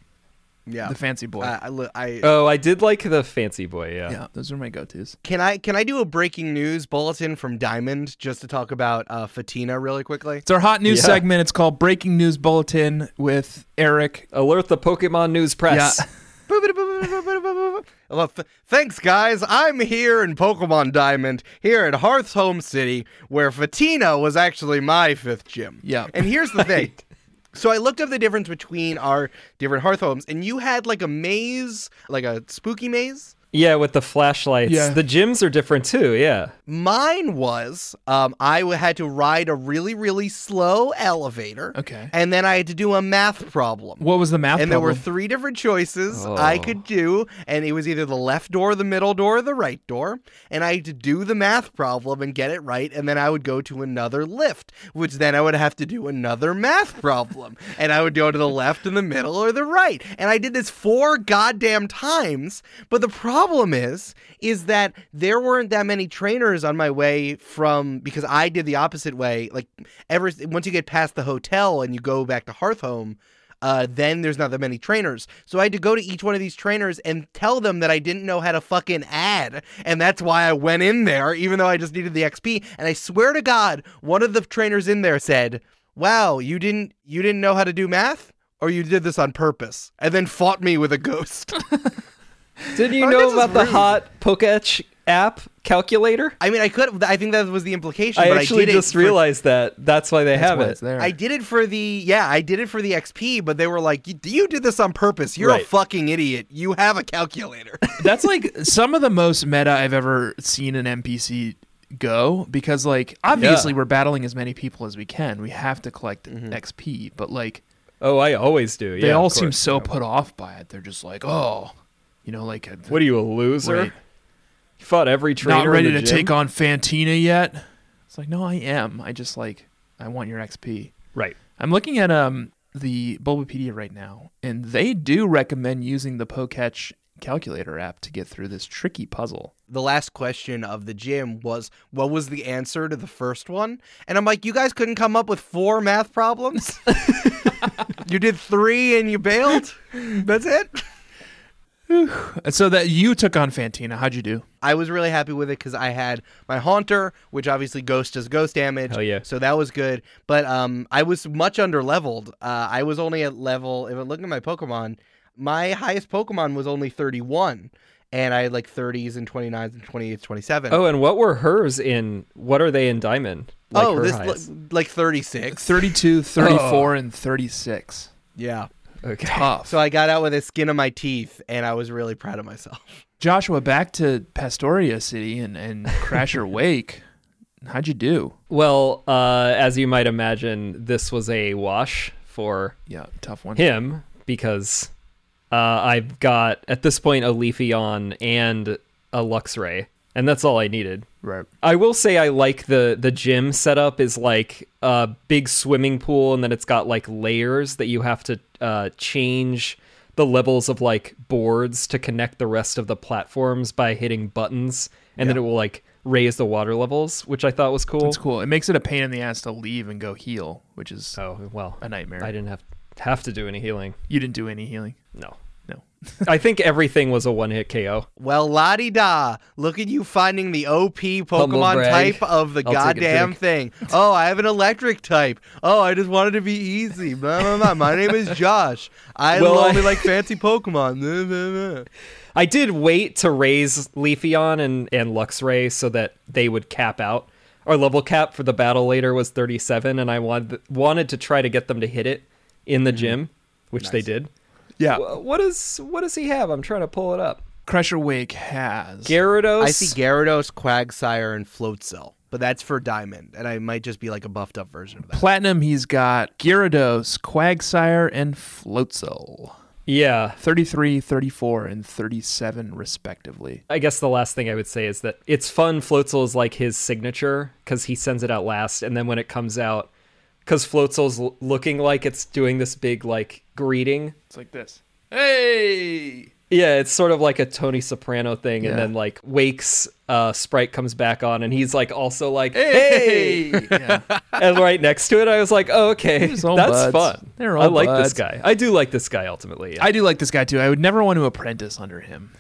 Speaker 3: Yeah,
Speaker 1: the fancy boy.
Speaker 3: Uh, I, li- I,
Speaker 2: oh, I did like the fancy boy. Yeah.
Speaker 1: yeah, those are my go-tos.
Speaker 3: Can I can I do a breaking news bulletin from Diamond just to talk about uh, Fatina really quickly?
Speaker 1: It's our hot news
Speaker 2: Yeah.
Speaker 1: segment. It's called Breaking News Bulletin with Eric.
Speaker 2: Alert the Pokemon News Press.
Speaker 1: Yeah.
Speaker 3: Well, th- thanks, guys. I'm here in Pokemon Diamond, here at Hearth's Home City, where Fatina was actually my fifth gym.
Speaker 1: Yeah.
Speaker 3: And here's the thing. So I looked up the difference between our different hearth homes, and you had like a maze, like a spooky maze.
Speaker 2: Yeah, with the flashlights.
Speaker 1: Yeah.
Speaker 2: The gyms are different too. Yeah.
Speaker 3: Mine was um, I w- had to ride a really, really slow elevator.
Speaker 1: Okay.
Speaker 3: And then I had to do a math problem.
Speaker 1: What was the math?
Speaker 3: and there were
Speaker 1: problem? Oh.
Speaker 3: three different choices I could do, and it was either the left door, the middle door, or the right door. And I had to do the math problem and get it right, and then I would go to another lift, which then I would have to do another math problem. and I would go to the left and the middle or the right. And I did this four goddamn times. But the problem is, is that there weren't that many trainers on my way from because I did the opposite way. Like ever once you get past the hotel and you go back to Hearthhome uh, then there's not that many trainers. So I had to go to each one of these trainers and tell them that I didn't know how to fucking add. And that's why I went in there, even though I just needed the XP. And I swear to God, one of the trainers in there said, Wow, you didn't you didn't know how to do math? Or you did this on purpose. And then fought me with a ghost.
Speaker 2: Didn't you
Speaker 3: I guess
Speaker 2: know
Speaker 3: it's
Speaker 2: about the
Speaker 3: rude.
Speaker 2: hot Poketch app calculator?
Speaker 3: I mean I could I think that was the implication,
Speaker 2: I
Speaker 3: but
Speaker 2: actually
Speaker 3: I did it
Speaker 2: just
Speaker 3: for-
Speaker 2: realized that. That's why they
Speaker 1: That's
Speaker 2: have
Speaker 1: why
Speaker 2: it.
Speaker 1: it's there.
Speaker 3: I did it for the yeah, I did it for the XP, but they were like, "You- "You did this on purpose. You're a
Speaker 2: Right.
Speaker 3: fucking idiot. You have a calculator."
Speaker 1: That's like some of the most meta I've ever seen an NPC go because like obviously we're battling as many people as we can. We have to collect XP, but like
Speaker 2: Oh, I always do.
Speaker 1: they
Speaker 2: Mm-hmm. yeah, of
Speaker 1: all seem
Speaker 2: course.
Speaker 1: so put off by it. They're just like, "Oh, you know, like a,
Speaker 2: What are you a loser?
Speaker 1: Right.
Speaker 2: You fought every trainer.
Speaker 1: not ready
Speaker 2: in
Speaker 1: to
Speaker 2: the gym?
Speaker 1: take on Fantina yet?" It's like, "No, I am. I just like I want your XP."
Speaker 2: Right.
Speaker 1: I'm looking at um the Bulbapedia right now, and they do recommend using the Poketch calculator app to get through this tricky puzzle.
Speaker 3: the last question of the gym was what was the answer to the first one and i'm like you guys couldn't come up with four math problems you did three and you bailed that's it
Speaker 1: And so that you took on Fantina, how'd you do?
Speaker 3: i was really happy with it because i had my haunter which obviously ghost does ghost damage
Speaker 2: Hell yeah.
Speaker 3: so that was good but um i was much under leveled uh, i was only at level if i look at my pokemon my highest Pokemon was only 31, and I had like 30s and 29s and 28s, 27.
Speaker 2: Oh, and what were hers in? What are they in Diamond? Like
Speaker 3: oh,
Speaker 2: her
Speaker 3: this
Speaker 2: highs?
Speaker 3: li- like 36.
Speaker 1: 32, 34, and 36.
Speaker 3: yeah.
Speaker 2: okay.
Speaker 1: Tough.
Speaker 3: So I got out with a skin on my teeth, and I was really proud of myself.
Speaker 1: Joshua, back to Pastoria City and, and Crasher Wake. How'd you do?
Speaker 2: Well, uh, as you might imagine, this was a wash for
Speaker 1: Yeah, tough one.
Speaker 2: him because uh, I've got at this point a Leafeon and a Luxray, and that's all I needed.
Speaker 1: Right.
Speaker 2: I will say I like the the gym setup is like a big swimming pool and then it's got like layers that you have to uh, change the levels of like boards to connect the rest of the platforms by hitting buttons and then it will like raise the water levels, which I thought was cool.
Speaker 1: That's cool. It makes it a pain in the ass to leave and go heal, which is
Speaker 2: Oh well,
Speaker 1: a nightmare.
Speaker 2: I didn't have have to do any healing.
Speaker 1: you didn't do any healing.
Speaker 2: No,
Speaker 1: No.
Speaker 2: I think everything was a one hit KO.
Speaker 3: Well, la di da. Look at you finding the OP Pokemon
Speaker 2: brag.
Speaker 3: type of the
Speaker 2: I'll take a
Speaker 3: goddamn
Speaker 2: drink.
Speaker 3: thing. Oh, I have an electric type. Oh, I just wanted to be easy. Blah, blah, blah. My name is Josh. I
Speaker 2: Well, I-
Speaker 3: only like fancy Pokemon. Blah, blah, blah.
Speaker 2: I did wait to raise Leafeon and, and Luxray so that they would cap out. Our level cap for the battle later was 37, and I wanted, wanted to try to get them to hit it in the gym, which they did.
Speaker 1: Yeah.
Speaker 2: Wh- Mm-hmm. What is what does he have? I'm trying to pull it up.
Speaker 1: Crasher Wake has.
Speaker 2: Gyarados.
Speaker 3: I see Gyarados, Quagsire, and Floatzel, but that's for Diamond, and I might just be like a buffed up version of that.
Speaker 1: Platinum, he's got Gyarados, Quagsire, and Floatzel.
Speaker 2: yeah.
Speaker 1: 33, 34, and 37, respectively.
Speaker 2: I guess the last thing I would say is that it's fun. Floatzel is like his signature because he sends it out last, and then when it comes out, because Floatzel's l- looking like it's doing this big like greeting,
Speaker 1: It's like this. Hey!
Speaker 2: Yeah, it's sort of like a Tony Soprano thing, and
Speaker 1: Yeah.
Speaker 2: then like wakes, uh, Sprite comes back on, and he's like also like, hey,
Speaker 1: Hey! yeah.
Speaker 2: and right next to it, I was like, oh, okay, that's
Speaker 1: They're all buds.
Speaker 2: fun.
Speaker 1: They're
Speaker 2: I
Speaker 1: all
Speaker 2: like
Speaker 1: buds.
Speaker 2: this guy. I do like this guy ultimately. yeah.
Speaker 1: I do like this guy too. I would never want to apprentice under him.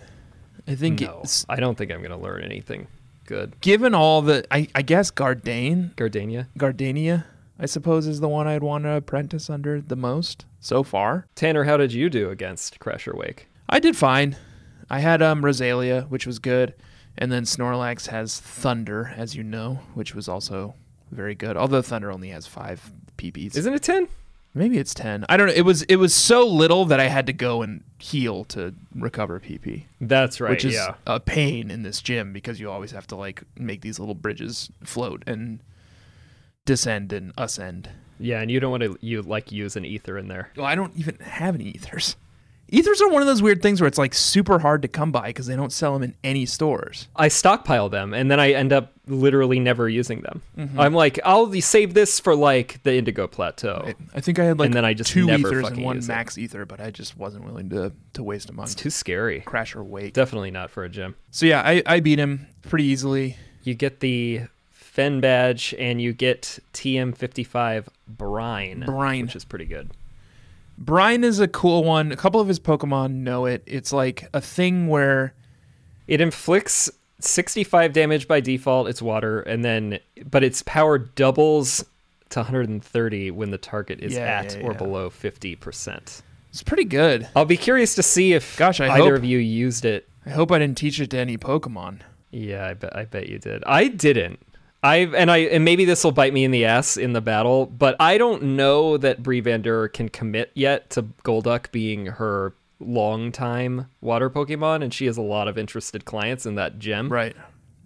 Speaker 1: I think
Speaker 2: no,
Speaker 1: it's,
Speaker 2: I don't think I'm gonna learn anything good.
Speaker 1: given all the, I, I guess Gardane,
Speaker 2: Gardenia,
Speaker 1: Gardania, I suppose is the one I'd want to apprentice under the most so far.
Speaker 2: Tanner, how did you do against Crasher Wake?
Speaker 1: I did fine. I had um Rosalia, which was good, and then Snorlax has Thunder, as you know, which was also very good. Although Thunder only has five PPs.
Speaker 2: Isn't it ten?
Speaker 1: Maybe it's ten. I don't know. It was it was so little that I had to go and heal to recover PP,
Speaker 2: That's right.
Speaker 1: which is
Speaker 2: yeah.
Speaker 1: a pain in this gym because you always have to like make these little bridges float and descend and ascend.
Speaker 2: Yeah, and you don't want to you like use an ether in there.
Speaker 1: Well, I don't even have any ethers. Ethers are one of those weird things where it's like super hard to come by because they don't sell them in any stores.
Speaker 2: I stockpile them and then I end up literally never using them. I'm like, I'll save this for like the Indigo Plateau.
Speaker 1: I think I had like
Speaker 2: And then I just
Speaker 1: two
Speaker 2: never
Speaker 1: ethers and
Speaker 2: fucking
Speaker 1: one
Speaker 2: use it.
Speaker 1: max ether, but I just wasn't willing to to waste them on
Speaker 2: It's too scary.
Speaker 1: crash or wake.
Speaker 2: Definitely not for a gym.
Speaker 1: so yeah, I, I beat him pretty easily.
Speaker 2: You get the Fen badge and you get TM55 Brine.
Speaker 1: Brine.
Speaker 2: Which is pretty good.
Speaker 1: Brine is a cool one. A couple of his Pokemon know it. It's like a thing where
Speaker 2: It inflicts 65 damage by default. It's water. And then, but its power doubles to 130 when the target is
Speaker 1: Yeah,
Speaker 2: at
Speaker 1: yeah,
Speaker 2: or
Speaker 1: yeah.
Speaker 2: below 50%.
Speaker 1: it's pretty good.
Speaker 2: I'll be curious to see if
Speaker 1: Gosh, I
Speaker 2: either
Speaker 1: hope-
Speaker 2: of you used it
Speaker 1: I hope I didn't teach it to any Pokemon.
Speaker 2: Yeah, I bet I bet you did. I didn't. I and I and maybe this will bite me in the ass in the battle, but I don't know that Brie Van Vanderer can commit yet to Golduck being her longtime water Pokemon, and she has a lot of interested clients in that gem.
Speaker 1: Right.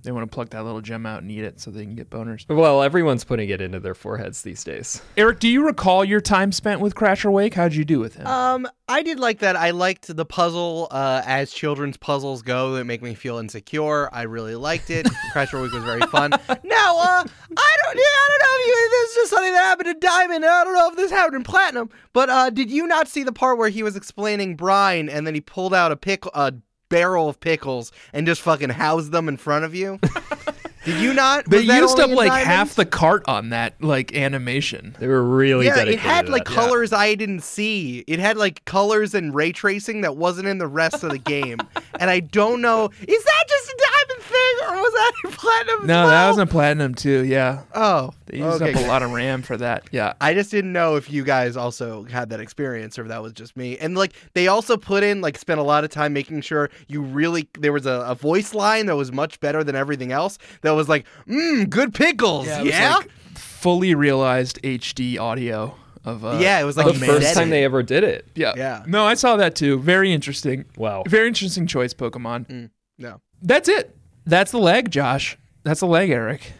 Speaker 1: They want to pluck that little gem out and eat it so they can get boners.
Speaker 2: Well, everyone's putting it into their foreheads these days.
Speaker 1: Eric, do you recall your time spent with Crasher Wake? How'd you do with him?
Speaker 3: Um, I did like that. I liked the puzzle uh, as children's puzzles go that make me feel insecure. I really liked it. Crasher Week was very fun. Now, uh, I don't, yeah, I don't know if you, this is just something that happened in Diamond. and I don't know if this happened in Platinum. But uh, did you not see the part where he was explaining brine and then he pulled out a pickle, a barrel of pickles, and just fucking housed them in front of you? did you not?
Speaker 1: They
Speaker 3: Was that
Speaker 1: used
Speaker 3: only
Speaker 1: up
Speaker 3: in
Speaker 1: like
Speaker 3: Diamond?
Speaker 1: half the cart on that like animation.
Speaker 2: They were really
Speaker 3: yeah, it
Speaker 2: dedicated
Speaker 3: had
Speaker 2: to
Speaker 3: like
Speaker 2: that.
Speaker 3: colors I didn't see. It had like colors and ray tracing that wasn't in the rest of the game. and I don't know, is that just a diamond thing or was that in platinum? as
Speaker 1: No, that
Speaker 3: well?
Speaker 1: was in platinum too. Yeah,
Speaker 3: Oh,
Speaker 1: they used
Speaker 3: okay,
Speaker 1: up a
Speaker 3: good.
Speaker 1: lot of RAM for that. Yeah,
Speaker 3: I just didn't know if you guys also had that experience or if that was just me. And like they also put in like spent a lot of time making sure you really there was a, a voice line that was much better than everything else that was like, mmm, good pickles.
Speaker 1: Yeah,
Speaker 3: Yeah.
Speaker 1: it was like fully realized HD audio of. Uh,
Speaker 3: Yeah, it was like
Speaker 2: the
Speaker 3: you
Speaker 2: first
Speaker 3: said
Speaker 2: time
Speaker 3: it.
Speaker 2: they ever did it.
Speaker 1: yeah,
Speaker 3: Yeah.
Speaker 1: No, I saw that too. Very interesting.
Speaker 2: Wow.
Speaker 1: Very interesting choice, Pokemon.
Speaker 3: Mm, No.
Speaker 1: That's it. That's the leg, Josh. That's the leg, Eric.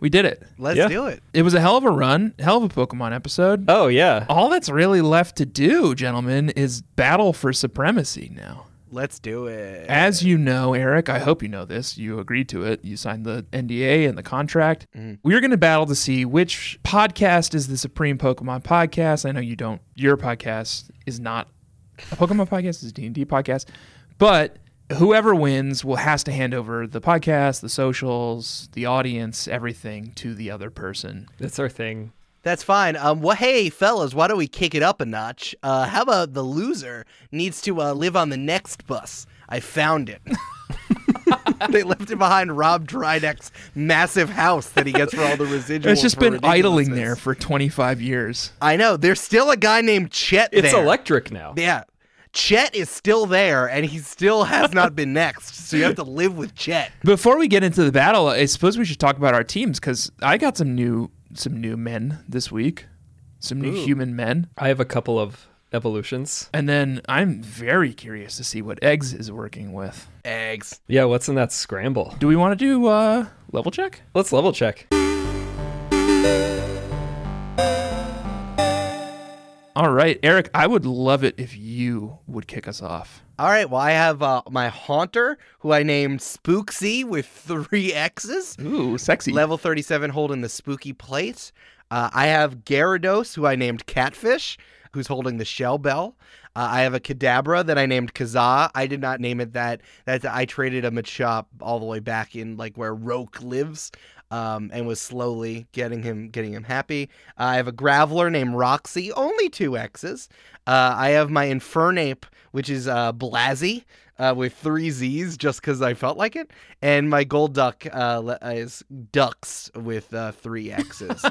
Speaker 1: We did it.
Speaker 3: Let's
Speaker 2: Yeah.
Speaker 3: do it.
Speaker 1: It was a hell of a run, hell of a Pokemon episode.
Speaker 2: Oh yeah.
Speaker 1: All that's really left to do, gentlemen, is battle for supremacy now.
Speaker 3: Let's do it.
Speaker 1: As you know, Eric, I hope you know this. You agreed to it. You signed the NDA and the contract. We're going to battle to see which podcast is the supreme Pokemon podcast. I know you don't. Your podcast is not a Pokemon podcast. It's a D&D podcast. But whoever wins will has to hand over the podcast, the socials, the audience, everything to the other person.
Speaker 2: That's our thing.
Speaker 3: That's fine. Um, well, hey, fellas, why don't we kick it up a notch? Uh, how about the loser needs to uh, live on the next bus? I found it. they left it behind Rob Drydeck's massive house that he gets for all the residual.
Speaker 1: It's just
Speaker 3: for
Speaker 1: been idling
Speaker 3: ridiculousness.
Speaker 1: there for 25 years.
Speaker 3: I know. There's still a guy named Chet
Speaker 2: It's
Speaker 3: there.
Speaker 2: electric now.
Speaker 3: Yeah. Chet is still there, and he still has not been next. So you have to live with Chet.
Speaker 1: Before we get into the battle, I suppose we should talk about our teams because I got some new some new men this week, some new human men,
Speaker 2: I have a couple of evolutions.
Speaker 1: and then I'm very curious to see what Eggs is working with.
Speaker 3: Eggs.
Speaker 2: Yeah, what's in that scramble?
Speaker 1: Do we want to do uh, level check?
Speaker 2: Let's level check.
Speaker 1: All right, Eric, I would love it if you would kick us off.
Speaker 3: All right. Well, I have uh, my Haunter, who I named Spooksy with three X's.
Speaker 1: Ooh, sexy.
Speaker 3: Level 37 holding the spooky plate. Uh, I have Gyarados, who I named Catfish, who's holding the shell bell. Uh, I have a Kadabra that I named Kazaa. I did not name it that. That's I traded a Machop all the way back in like where Roke lives, um, and was slowly getting him getting him happy. Uh, I have a Graveler named Roxy, only two X's. Uh, I have my Infernape, which is uh, Blazzy, uh, with three Z's just because I felt like it. And my gold duck uh, le- is ducks with uh, three X's.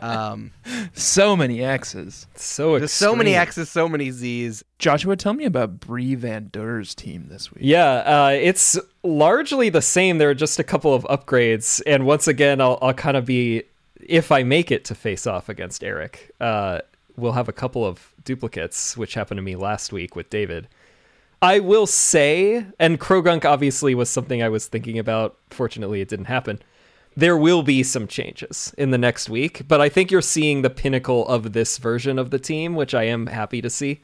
Speaker 3: um,
Speaker 1: so many X's.
Speaker 2: So
Speaker 3: there's so many
Speaker 2: extreme.
Speaker 3: X's, so many Z's.
Speaker 1: Joshua, tell me about Bree Van Dur's team this week.
Speaker 2: Yeah, uh, it's largely the same. There are just a couple of upgrades, and once again, I'll, I'll kind of be if I make it to face off against Eric. Uh, we'll have a couple of duplicates, which happened to me last week with David. I will say, and Krogunk obviously was something I was thinking about. Fortunately, it didn't happen. There will be some changes in the next week, but I think you're seeing the pinnacle of this version of the team, which I am happy to see.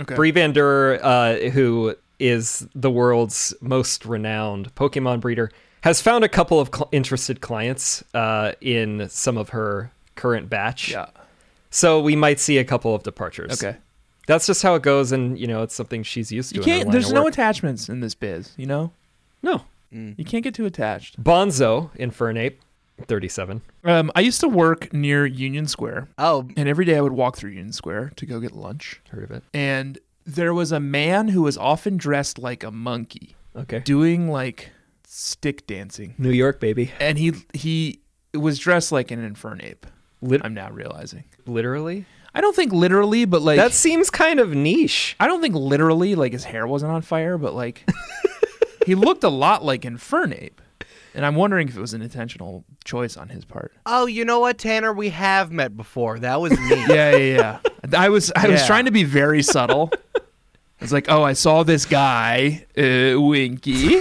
Speaker 1: Okay.
Speaker 2: Bree Van Der, uh, who is the world's most renowned Pokemon breeder, has found a couple of cl- interested clients uh, in some of her current batch.
Speaker 1: Yeah.
Speaker 2: So we might see a couple of departures.
Speaker 1: Okay.
Speaker 2: That's just how it goes, and you know it's something she's used to.
Speaker 1: You
Speaker 2: in her
Speaker 1: can't.
Speaker 2: line
Speaker 1: There's
Speaker 2: of
Speaker 1: no
Speaker 2: work.
Speaker 1: attachments in this biz. You know,
Speaker 2: no
Speaker 1: you can't get too attached.
Speaker 2: Bonzo Infernape, thirty-seven.
Speaker 1: Um, I used to work near Union Square,
Speaker 3: Oh,
Speaker 1: and every day I would walk through Union Square to go get lunch.
Speaker 2: Heard of it?
Speaker 1: And there was a man who was often dressed like a monkey,
Speaker 2: Okay.
Speaker 1: doing like stick dancing,
Speaker 2: New York, baby.
Speaker 1: and he he was dressed like an infernape.
Speaker 2: Lit-
Speaker 1: I'm now realizing.
Speaker 2: literally.
Speaker 1: I don't think literally, but like
Speaker 2: That seems kind of niche.
Speaker 1: I don't think literally like his hair wasn't on fire, but like he looked a lot like infernape, and I'm wondering if it was an intentional choice on his part.
Speaker 3: oh, you know what, Tanner? We have met before. That was me.
Speaker 1: yeah, yeah, yeah. I was I was
Speaker 3: Yeah.
Speaker 1: trying to be very subtle. It's like, oh, I saw this guy, uh, Winky.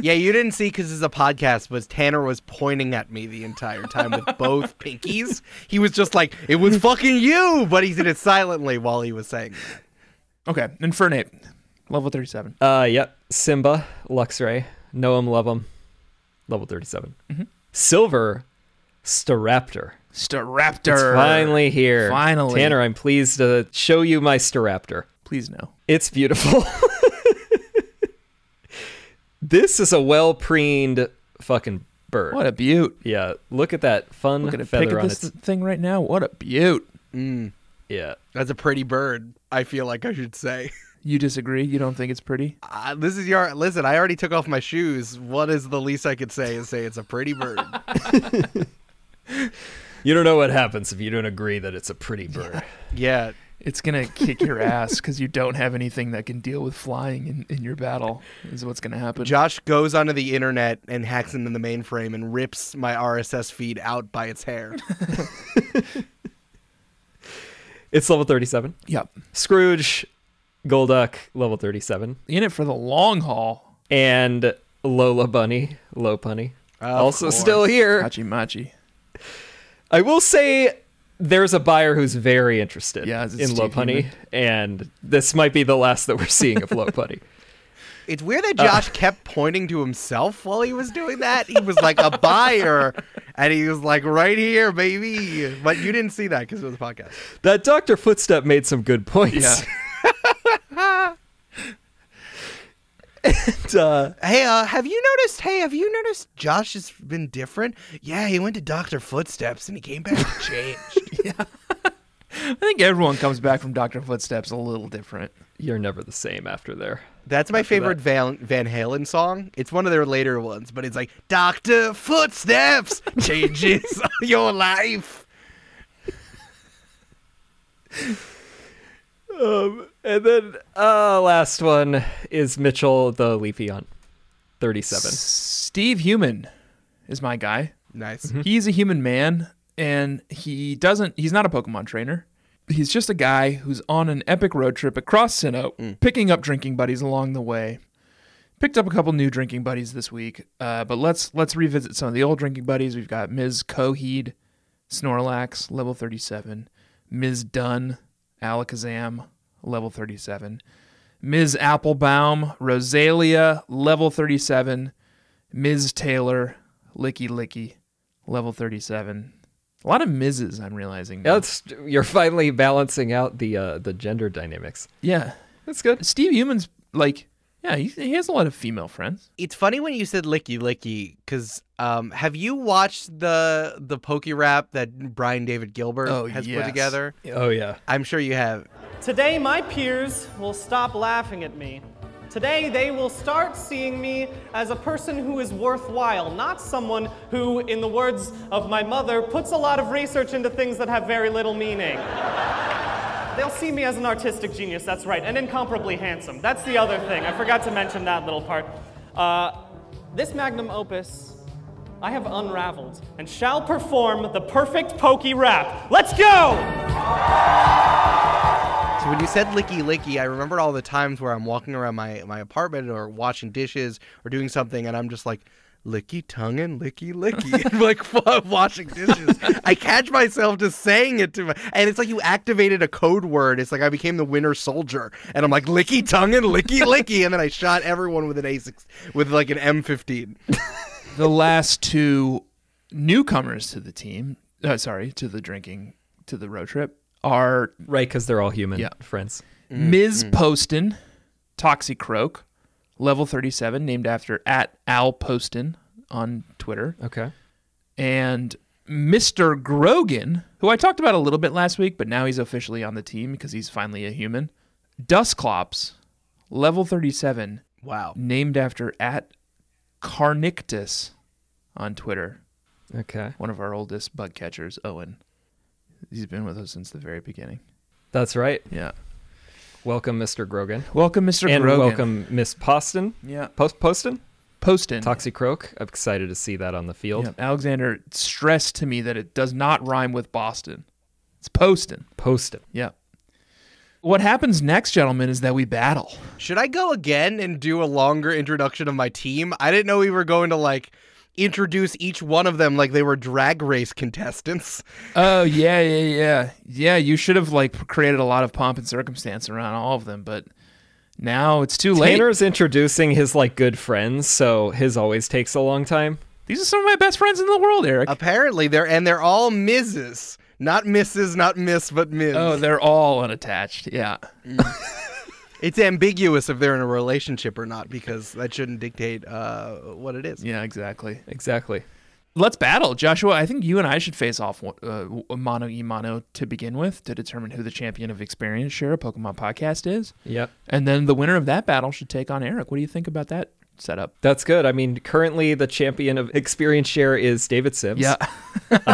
Speaker 3: yeah, you didn't see because it's a podcast, but Tanner was pointing at me the entire time with both pinkies. He was just like, "It was fucking you," but he did it silently while he was saying. it.
Speaker 1: Okay, Infernape, level thirty-seven.
Speaker 2: Uh, yep. Simba, Luxray, know him, love him. Level 37.
Speaker 1: Mm-hmm.
Speaker 2: Silver, Staraptor.
Speaker 1: Staraptor.
Speaker 2: It's finally here.
Speaker 1: Finally.
Speaker 2: Tanner, I'm pleased to show you my Staraptor.
Speaker 1: Please no.
Speaker 2: It's beautiful. this is a well preened fucking bird.
Speaker 1: What a beaut.
Speaker 2: yeah, look at that fun
Speaker 1: Look at it. Pick
Speaker 2: feather
Speaker 1: up
Speaker 2: on
Speaker 1: this
Speaker 2: its.
Speaker 1: thing right now. What a beaut.
Speaker 2: Yeah.
Speaker 3: That's a pretty bird. I feel like I should say.
Speaker 1: You disagree? You don't think it's pretty?
Speaker 3: Uh, this is your listen. I already took off my shoes. What is the least I could say is say it's a pretty bird.
Speaker 2: You don't know what happens if you don't agree that it's a pretty bird.
Speaker 3: yeah,
Speaker 1: It's gonna kick your ass because you don't have anything that can deal with flying in, in your battle. Is what's gonna happen.
Speaker 3: Josh goes onto the internet and hacks into the mainframe and rips my RSS feed out by its hair.
Speaker 2: It's level 37.
Speaker 1: yep,
Speaker 2: Scrooge, Golduck, level 37.
Speaker 1: in it for the long haul.
Speaker 2: And Lola Bunny, Low Punny.
Speaker 3: Of
Speaker 2: also
Speaker 3: course.
Speaker 2: still here.
Speaker 1: Hachi Machi.
Speaker 2: I will say there's a buyer who's very interested
Speaker 1: Yeah, is it
Speaker 2: in Low
Speaker 1: Steve
Speaker 2: Punny,
Speaker 1: Newman?
Speaker 2: and this might be the last that we're seeing of Low Punny.
Speaker 3: It's weird that Josh kept pointing to himself while he was doing that. He was like a buyer, and he was like right here, baby. But you didn't see that because it was a podcast.
Speaker 2: That Dr. Footstep made some good points. And, uh,
Speaker 3: Hey, uh, have you noticed? Hey, have you noticed Josh has been different? Yeah, he went to Doctor Footsteps and he came back changed.
Speaker 1: I think everyone comes back from Doctor Footsteps a little different.
Speaker 2: you're never the same after there.
Speaker 3: That's my favorite Van Van Halen song. It's one of their later ones, but it's like Doctor Footsteps changes your life.
Speaker 2: And then uh last one is Mitchell the Leafy on 37.
Speaker 1: Steve Human is my guy.
Speaker 3: Nice.
Speaker 1: He's a human man and he doesn't he's not a Pokemon trainer. He's just a guy who's on an epic road trip across Sinnoh, picking up drinking buddies along the way. Picked up a couple new drinking buddies this week. Uh, but let's let's revisit some of the old drinking buddies. We've got Ms. Coheed, Snorlax, level 37, Ms. Dunn, Alakazam, level 37, Ms. Applebaum, Rosalia, level 37, Ms. Taylor, Licky Licky, level 37. A lot of Mrs. I'm realizing. now.
Speaker 2: That's you're finally balancing out the uh the gender dynamics.
Speaker 1: yeah.
Speaker 2: That's good.
Speaker 1: Steve Human's like, yeah, he, he has a lot of female friends.
Speaker 3: It's funny when you said licky licky because um, have you watched the the pokey rap that Brian David Gilbert
Speaker 1: Oh,
Speaker 3: has
Speaker 1: yes.
Speaker 3: put together?
Speaker 2: Oh yeah.
Speaker 3: I'm sure you have.
Speaker 5: Today, my peers will stop laughing at me. Today, they will start seeing me as a person who is worthwhile, not someone who, in the words of my mother, puts a lot of research into things that have very little meaning. They'll see me as an artistic genius, that's right, and incomparably handsome. That's the other thing. I forgot to mention that little part. Uh, this magnum opus, I have unraveled and shall perform the perfect pokey rap. Let's go!
Speaker 3: So when you said licky licky, I remember all the times where I'm walking around my, my apartment or washing dishes or doing something, and I'm just like, licky tongue and licky licky, and like while I'm washing dishes. I catch myself just saying it to my, and it's like you activated a code word. It's like I became the winter soldier, and I'm like licky tongue and licky licky, and then I shot everyone with an A6 with like an M15.
Speaker 1: The last two newcomers to the team, uh, sorry, to the drinking, to the road trip, are
Speaker 2: Right, because they're all human
Speaker 1: Yeah.
Speaker 2: friends.
Speaker 1: Ms. Poston, Toxicroak, level 37, named after at Al Poston on Twitter,
Speaker 2: Okay.
Speaker 1: and Mr. Grogan, who I talked about a little bit last week, but now he's officially on the team because he's finally a human. Dusclops, level 37,
Speaker 3: Wow.
Speaker 1: named after at Carnictus on Twitter,
Speaker 2: Okay.
Speaker 1: one of our oldest bug catchers, Owen. He's been with us since the very beginning.
Speaker 2: That's right.
Speaker 1: Yeah.
Speaker 2: Welcome, Mr. Grogan.
Speaker 1: Welcome, Mr.
Speaker 2: And
Speaker 1: Grogan.
Speaker 2: welcome, Miss Poston.
Speaker 1: Yeah.
Speaker 2: Post Poston?
Speaker 1: Poston.
Speaker 2: Toxicroak. I'm excited to see that on the field.
Speaker 1: Yeah, Alexander stressed to me that it does not rhyme with Boston. It's Poston.
Speaker 2: Poston.
Speaker 1: Yeah. What happens next, gentlemen, is that we battle.
Speaker 3: Should I go again and do a longer introduction of my team? I didn't know we were going to like introduce each one of them like they were drag race contestants.
Speaker 1: Oh yeah, yeah, yeah, yeah. You should have like created a lot of pomp and circumstance around all of them, but now it's too late.
Speaker 2: Tanner's introducing his like good friends, so his always takes a long time.
Speaker 1: These are some of my best friends in the world, Eric.
Speaker 3: Apparently, they're and they're all Mrs. Not Mrs. Not Miss, but Ms.
Speaker 1: Oh, they're all unattached. Yeah.
Speaker 3: it's ambiguous if they're in a relationship or not because that shouldn't dictate uh, what it is.
Speaker 1: Yeah, exactly.
Speaker 2: Exactly.
Speaker 1: Let's battle, Joshua. I think you and I should face off uh, mono e mono to begin with to determine who the champion of experience share of Pokemon podcast is,
Speaker 2: Yep.
Speaker 1: and then the winner of that battle should take on Eric. What do you think about that setup?
Speaker 2: That's good. I mean, currently the champion of experience share is David Sims.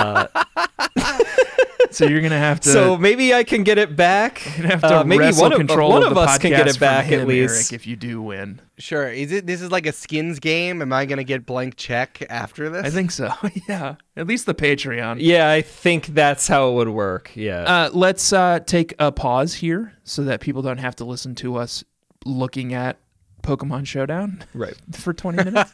Speaker 1: so you're gonna have to.
Speaker 2: Uh, So maybe I can get it back.
Speaker 1: you're gonna have to
Speaker 2: Uh, maybe
Speaker 1: wrestle
Speaker 2: one of,
Speaker 1: control
Speaker 2: one
Speaker 1: of,
Speaker 2: of
Speaker 1: the
Speaker 2: us can
Speaker 1: podcast
Speaker 2: get it
Speaker 1: from
Speaker 2: back at
Speaker 1: him,
Speaker 2: least.
Speaker 1: Eric, if you do win.
Speaker 3: Sure. Is it? This is like a skins game. Am I gonna get blank check after this?
Speaker 1: I think so. yeah, at least the Patreon.
Speaker 2: Yeah, I think that's how it would work. Yeah.
Speaker 1: Uh, let's uh, take a pause here so that people don't have to listen to us looking at Pokemon Showdown
Speaker 2: right.
Speaker 1: for 20 minutes.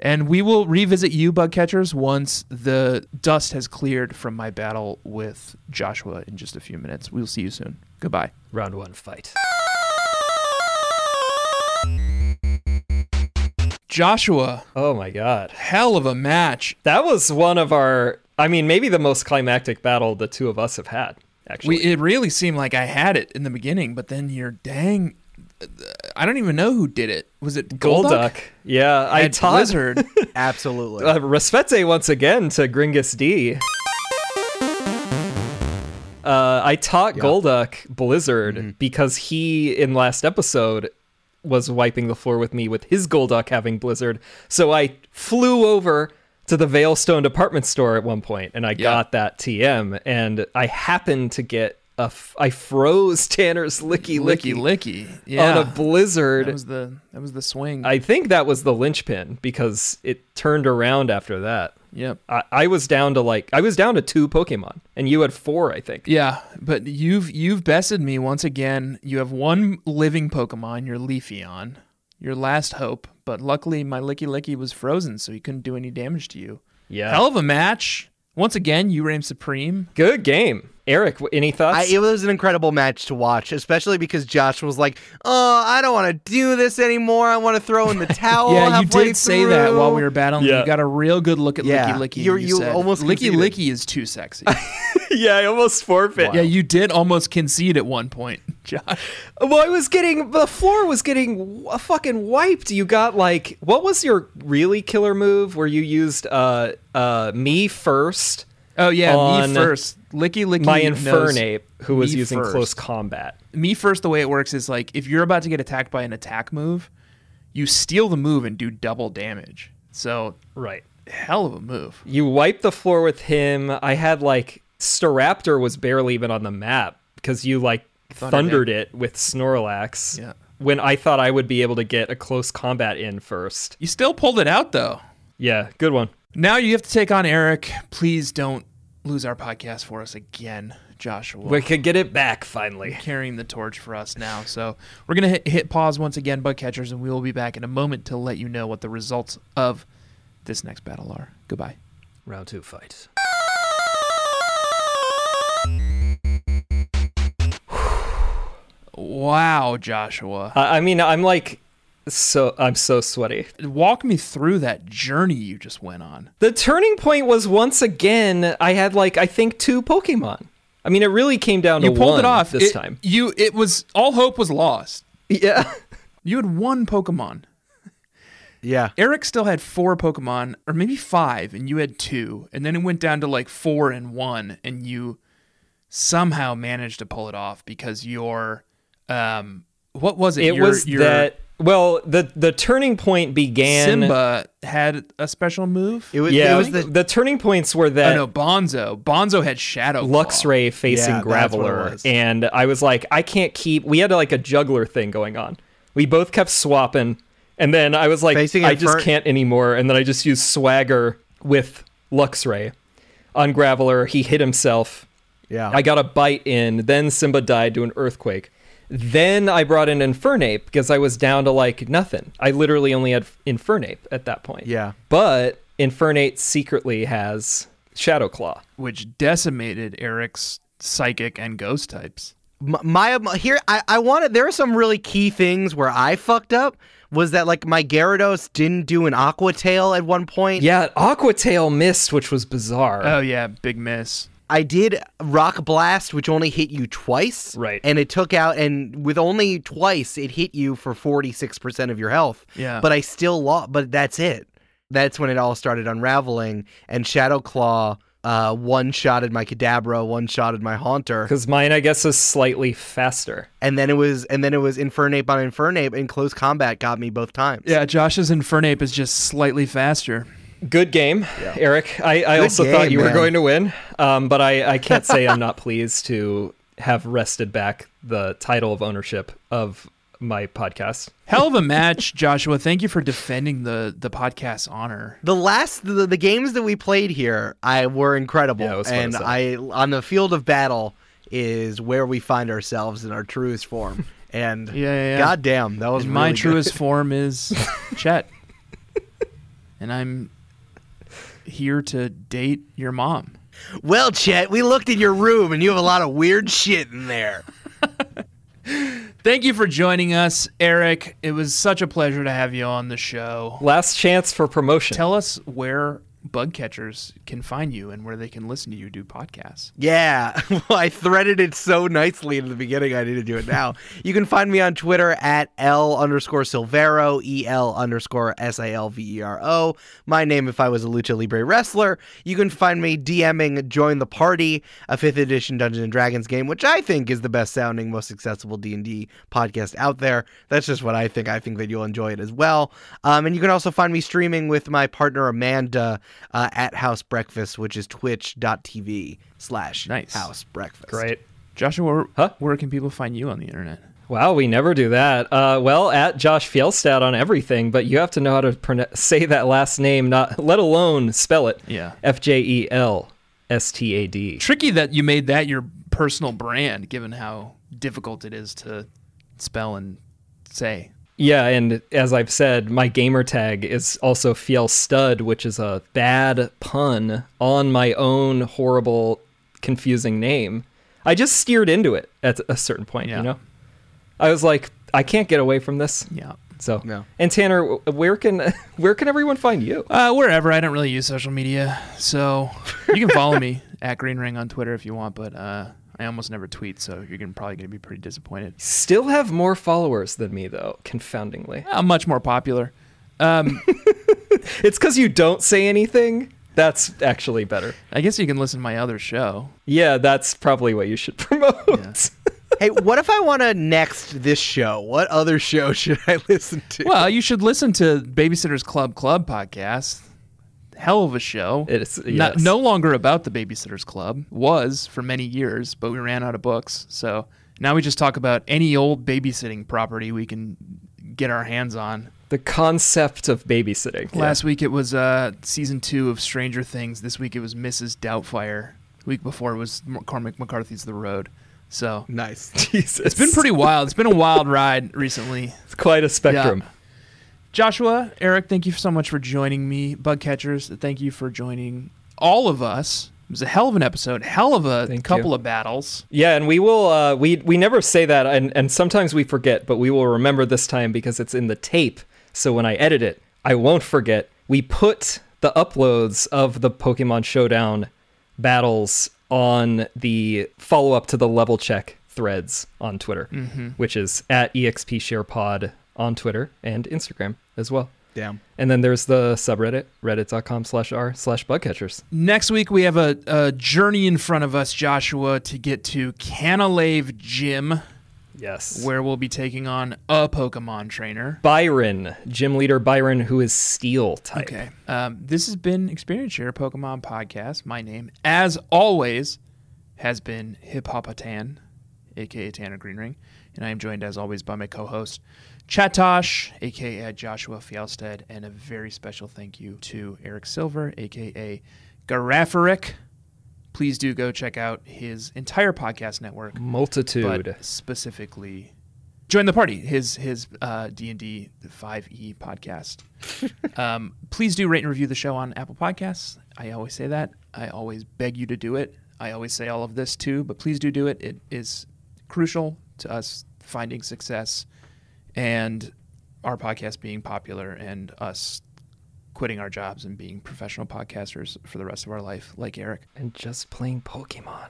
Speaker 1: and we will revisit you, bug catchers, once the dust has cleared from my battle with Joshua in just a few minutes. We'll see you soon. Goodbye.
Speaker 2: Round one fight.
Speaker 1: Joshua,
Speaker 2: Oh my god.
Speaker 1: hell of a match.
Speaker 2: That was one of our I mean, maybe the most climactic battle the two of us have had, actually.
Speaker 1: We, it really seemed like I had it in the beginning, but then your dang. I don't even know who did it. Was it Golduck?
Speaker 2: Golduck. Yeah, I
Speaker 1: And
Speaker 2: taught
Speaker 1: Blizzard.
Speaker 3: Absolutely.
Speaker 2: uh, Respete once again to Gringus D. Uh, I taught Golduck Blizzard
Speaker 1: Mm-hmm.
Speaker 2: because he, in last episode, was wiping the floor with me with his Golduck having Blizzard. So I flew over to the Veilstone department store at one point and I got that TM. And I happened to get a. F- I froze Tanner's Licky
Speaker 1: licky
Speaker 2: Licky,
Speaker 1: licky.
Speaker 2: on
Speaker 1: Yeah.
Speaker 2: a Blizzard.
Speaker 1: that was the that was the swing.
Speaker 2: I think that was the linchpin because it turned around after that.
Speaker 1: yep.
Speaker 2: I, I was down to like I was down to two Pokemon, and you had four, I think.
Speaker 1: Yeah, but you've you've bested me once again. You have one living Pokemon, your Leafeon, your last hope. But luckily, my Licky Licky was frozen, so he couldn't do any damage to you.
Speaker 2: Yeah.
Speaker 1: Hell of a match. Once again, you reign supreme.
Speaker 2: Good game, Eric. w- Any
Speaker 3: I,
Speaker 2: thoughts?
Speaker 3: it was an incredible match to watch, especially because Josh was like, "Oh, I don't want to do this anymore. I want to throw in the towel."
Speaker 1: yeah, you
Speaker 3: Oh, halfway
Speaker 1: did say that while we were battling.
Speaker 2: Yeah.
Speaker 1: You got a real good look at
Speaker 3: Yeah.
Speaker 1: Licky Licky. and
Speaker 3: You- you
Speaker 1: said,
Speaker 3: almost
Speaker 1: Licky
Speaker 3: conceded.
Speaker 1: Licky is too sexy.
Speaker 2: yeah, I almost forfeit.
Speaker 1: yeah, you did almost concede at one point, Josh.
Speaker 2: Well, I was getting the floor was getting w- fucking wiped. You got like what was your really killer move where you used uh uh me first,
Speaker 1: Oh yeah,
Speaker 2: on
Speaker 1: me first. Licky Licky.
Speaker 2: my
Speaker 1: knows
Speaker 2: Infernape, who was
Speaker 1: me
Speaker 2: using
Speaker 1: first.
Speaker 2: close combat.
Speaker 1: Me first. The way it works is like if you're about to get attacked by an attack move, you steal the move and do double damage. So
Speaker 2: Right.
Speaker 1: hell of a move.
Speaker 2: You wiped the floor with him. I had like Staraptor was barely even on the map because you like thundered, it with Snorlax.
Speaker 1: Yeah.
Speaker 2: When I thought I would be able to get a close combat in first.
Speaker 1: You still pulled it out though.
Speaker 2: Yeah, good one.
Speaker 1: Now you have to take on Eric. Please don't lose our podcast for us again, Joshua.
Speaker 2: We could get it back finally.
Speaker 1: carrying the torch for us now. So we're gonna hit, hit pause once again, bug catchers, and we will be back in a moment to let you know what the results of this next battle are. Goodbye.
Speaker 2: Round two fight.
Speaker 1: Wow, Joshua.
Speaker 2: I, I mean, I'm like, so I'm so sweaty.
Speaker 1: walk me through that journey you just went on.
Speaker 2: The turning point was once again. I had like I think two Pokemon. I mean, it really came down
Speaker 1: You
Speaker 2: to
Speaker 1: pulled
Speaker 2: one
Speaker 1: it off
Speaker 2: this
Speaker 1: It-
Speaker 2: time.
Speaker 1: You it was all hope was lost.
Speaker 2: Yeah.
Speaker 1: You had one Pokemon.
Speaker 3: yeah.
Speaker 1: Eric still had four Pokemon, or maybe five, and you had two, and then it went down to like four and one, and you somehow managed to pull it off because your um what was it?
Speaker 2: It
Speaker 1: Your-
Speaker 2: was
Speaker 1: your
Speaker 2: that. Well, the the turning point began.
Speaker 1: Simba had a special move.
Speaker 3: It was.
Speaker 2: Yeah,
Speaker 3: It was the.
Speaker 2: turning points were
Speaker 1: oh
Speaker 2: that
Speaker 1: no, Bonzo. Bonzo had Shadow Claw.
Speaker 2: Luxray facing
Speaker 3: Yeah, that's what it
Speaker 2: Graveler,
Speaker 3: was.
Speaker 2: and I was like, I can't keep. We had like a juggler thing going on. We both kept swapping, and then I was like,
Speaker 3: Facing
Speaker 2: I
Speaker 3: Infer-
Speaker 2: just can't anymore. And then I just used Swagger with Luxray on Graveler. He hit himself.
Speaker 3: Yeah.
Speaker 2: I got a bite in. Then Simba died to an earthquake. Then I brought in Infernape because I was down to like nothing. I literally only had Infernape at that point.
Speaker 3: Yeah.
Speaker 2: But Infernape secretly has Shadow Claw.
Speaker 1: which decimated Eric's psychic and ghost types.
Speaker 3: my, my- my- here I, I wanted there are some really key things where I fucked up was that like my Gyarados didn't do an aqua tail at one point.
Speaker 2: Yeah, Aqua Tail missed, which was bizarre.
Speaker 3: Uh,
Speaker 1: Oh yeah, big miss.
Speaker 3: I did rock blast which only hit you twice.
Speaker 2: Right.
Speaker 3: And it took out and with only twice it hit you for 46% of your health.
Speaker 1: Yeah.
Speaker 3: But I still lost but that's it. that's when it all started unraveling. And Shadowclaw uh, one shotted my Kadabra, one shotted my Haunter,
Speaker 2: Because mine, I guess, is slightly faster.
Speaker 3: and then it was and then it was Infernape on Infernape, and close combat got me both times.
Speaker 1: Yeah, Josh's Infernape is just slightly faster.
Speaker 2: Good game, Eric. I, I
Speaker 3: Good
Speaker 2: also
Speaker 3: game,
Speaker 2: thought you were
Speaker 3: man.
Speaker 2: going to win, um, but I, I can't say I'm not pleased to have wrested back the title of ownership of my podcast.
Speaker 1: Hell of a match, Joshua. Thank you for defending the the podcast's honor.
Speaker 3: The last the, the games that we played here, I were incredible,
Speaker 2: Yeah, it was fun
Speaker 3: and
Speaker 2: as hell.
Speaker 3: I on the field of battle is where we find ourselves in our truest form. And
Speaker 1: Yeah, yeah, yeah.
Speaker 3: goddamn, that was
Speaker 1: And my
Speaker 3: really good.
Speaker 1: truest form is Chet, and I'm here to date your mom.
Speaker 3: Well, Chet, we looked in your room, and you have a lot of weird shit in there.
Speaker 1: Thank you for joining us, Eric. It was such a pleasure to have you on the show.
Speaker 2: Last chance for promotion.
Speaker 1: Tell us where bug catchers can find you and where they can listen to you do podcasts.
Speaker 3: Yeah, well, I threaded it so nicely in the beginning. I need to do it now. you can find me on Twitter at L underscore Silvero, E L underscore S I L V E R O. My name, if I was a Lucha Libre wrestler. You can find me DMing Join the Party, a fifth edition Dungeons and Dragons game, which I think is the best sounding, most accessible D and D podcast out there. That's just what I think. I think that you'll enjoy it as well. Um, and you can also find me streaming with my partner Amanda uh, at House Breakfast, which is twitch.tv slash
Speaker 1: Nice.
Speaker 3: house breakfast.
Speaker 2: Great.
Speaker 1: Joshua,
Speaker 2: Huh?
Speaker 1: where can people find you on the internet?
Speaker 2: Wow, we never do that. Uh, well, at Josh Fjellstad on everything, but you have to know how to pronoun say that last name, not let alone spell it.
Speaker 1: Yeah.
Speaker 2: F J E L S T A D.
Speaker 1: Tricky that you made that your personal brand, given how difficult it is to spell and say.
Speaker 2: Yeah, and as I've said, my gamer tag is also Fiel Stud, which is a bad pun on my own horrible, confusing name. I just steered into it at a certain point,
Speaker 1: Yeah.
Speaker 2: you know? I was like, I can't get away from this.
Speaker 1: Yeah.
Speaker 2: So,
Speaker 3: No.
Speaker 2: and Tanner, w- where can where can everyone find you?
Speaker 1: Uh, wherever. I don't really use social media, so you can follow me at Green Ring on Twitter if you want. But uh, I almost never tweet, so you're gonna, probably going to be pretty disappointed.
Speaker 2: Still have more followers than me though, confoundingly.
Speaker 1: I'm much more popular.
Speaker 2: It's cuz you don't say anything. That's actually better.
Speaker 1: I guess you can listen to my other show.
Speaker 2: Yeah, that's probably what you should promote.
Speaker 3: hey, what if I want to next this show? What other show should I listen to?
Speaker 1: Well, you should listen to Babysitter's Club Club podcast. Hell of a show.
Speaker 2: It's-
Speaker 1: No-
Speaker 2: yes.
Speaker 1: no longer about the Babysitter's Club. Was for many years, but we ran out of books. So now we just talk about any old babysitting property we can get our hands on.
Speaker 2: The concept of babysitting. Yeah.
Speaker 1: Last week it was uh, season two of Stranger Things. This week it was Mrs. Doubtfire. Week before it was M- Cormac McCarthy's The Road. So
Speaker 3: nice.
Speaker 2: Jesus.
Speaker 1: it's been pretty wild. It's been a wild ride recently.
Speaker 2: It's quite a spectrum.
Speaker 1: Yeah. Joshua, Eric, thank you so much for joining me. Bug catchers, thank you for joining all of us. It was a hell of an episode, hell of a
Speaker 2: Thank
Speaker 1: couple
Speaker 2: you.
Speaker 1: of battles.
Speaker 2: Yeah, and we will uh we we never say that and and sometimes we forget, but we will remember this time because it's in the tape. So when I edit it, I won't forget. We put the uploads of the Pokemon Showdown battles on the follow-up to the level check threads on Twitter, which is at expsharepod on Twitter and Instagram as well.
Speaker 3: Damn.
Speaker 2: And then there's the subreddit, reddit.com slash r slash bugcatchers.
Speaker 1: Next week, we have a, a journey in front of us, Joshua, to get to Canalave Gym,
Speaker 2: Yes.
Speaker 1: where we'll be taking on a Pokemon trainer.
Speaker 2: Byron, gym leader Byron, who is steel type.
Speaker 1: Okay. Um, this has been Experience Share Pokemon Podcast. My name, as always, has been Hip Hopatan, aka Tanner Greenring, and I am joined as always by my co-host Chatosh, aka Joshua Fielstead, and a very special thank you to Eric Silver, aka Garafaric. Please do go check out his entire podcast network
Speaker 2: Multitude.
Speaker 1: but specifically join the party his his uh, d&d 5e E podcast um, please do rate and review the show on apple podcasts i always say that i always beg you to do it i always say all of this too but please do do it it is crucial to us finding success and our podcast being popular and us quitting our jobs and being professional podcasters for the rest of our life like eric
Speaker 2: and just playing Pokemon.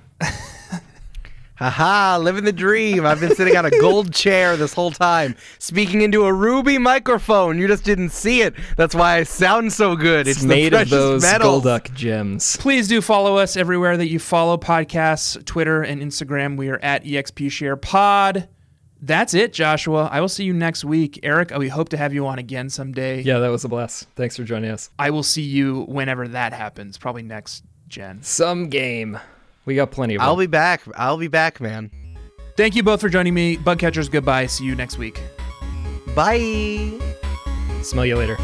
Speaker 3: Haha, living the dream. I've been sitting on a gold chair this whole time, speaking into a ruby microphone. You just didn't see it. That's why I sound so good. It's,
Speaker 2: It's made of
Speaker 3: the precious
Speaker 2: those
Speaker 3: metals.
Speaker 2: Golduck gems.
Speaker 1: Please do follow us everywhere that you follow podcasts, Twitter and Instagram. We are at E expsharepod. That's it, Joshua. I will see you next week. Eric, we hope to have you on again someday.
Speaker 2: Yeah, that was a blast. Thanks for joining us.
Speaker 1: I will see you whenever that happens, probably next gen.
Speaker 2: Some game. We got plenty of.
Speaker 3: I'll
Speaker 2: them.
Speaker 3: be back. I'll be back, man.
Speaker 1: Thank you both for joining me. Bug catchers, goodbye. See you next week.
Speaker 3: Bye.
Speaker 2: Smell you later.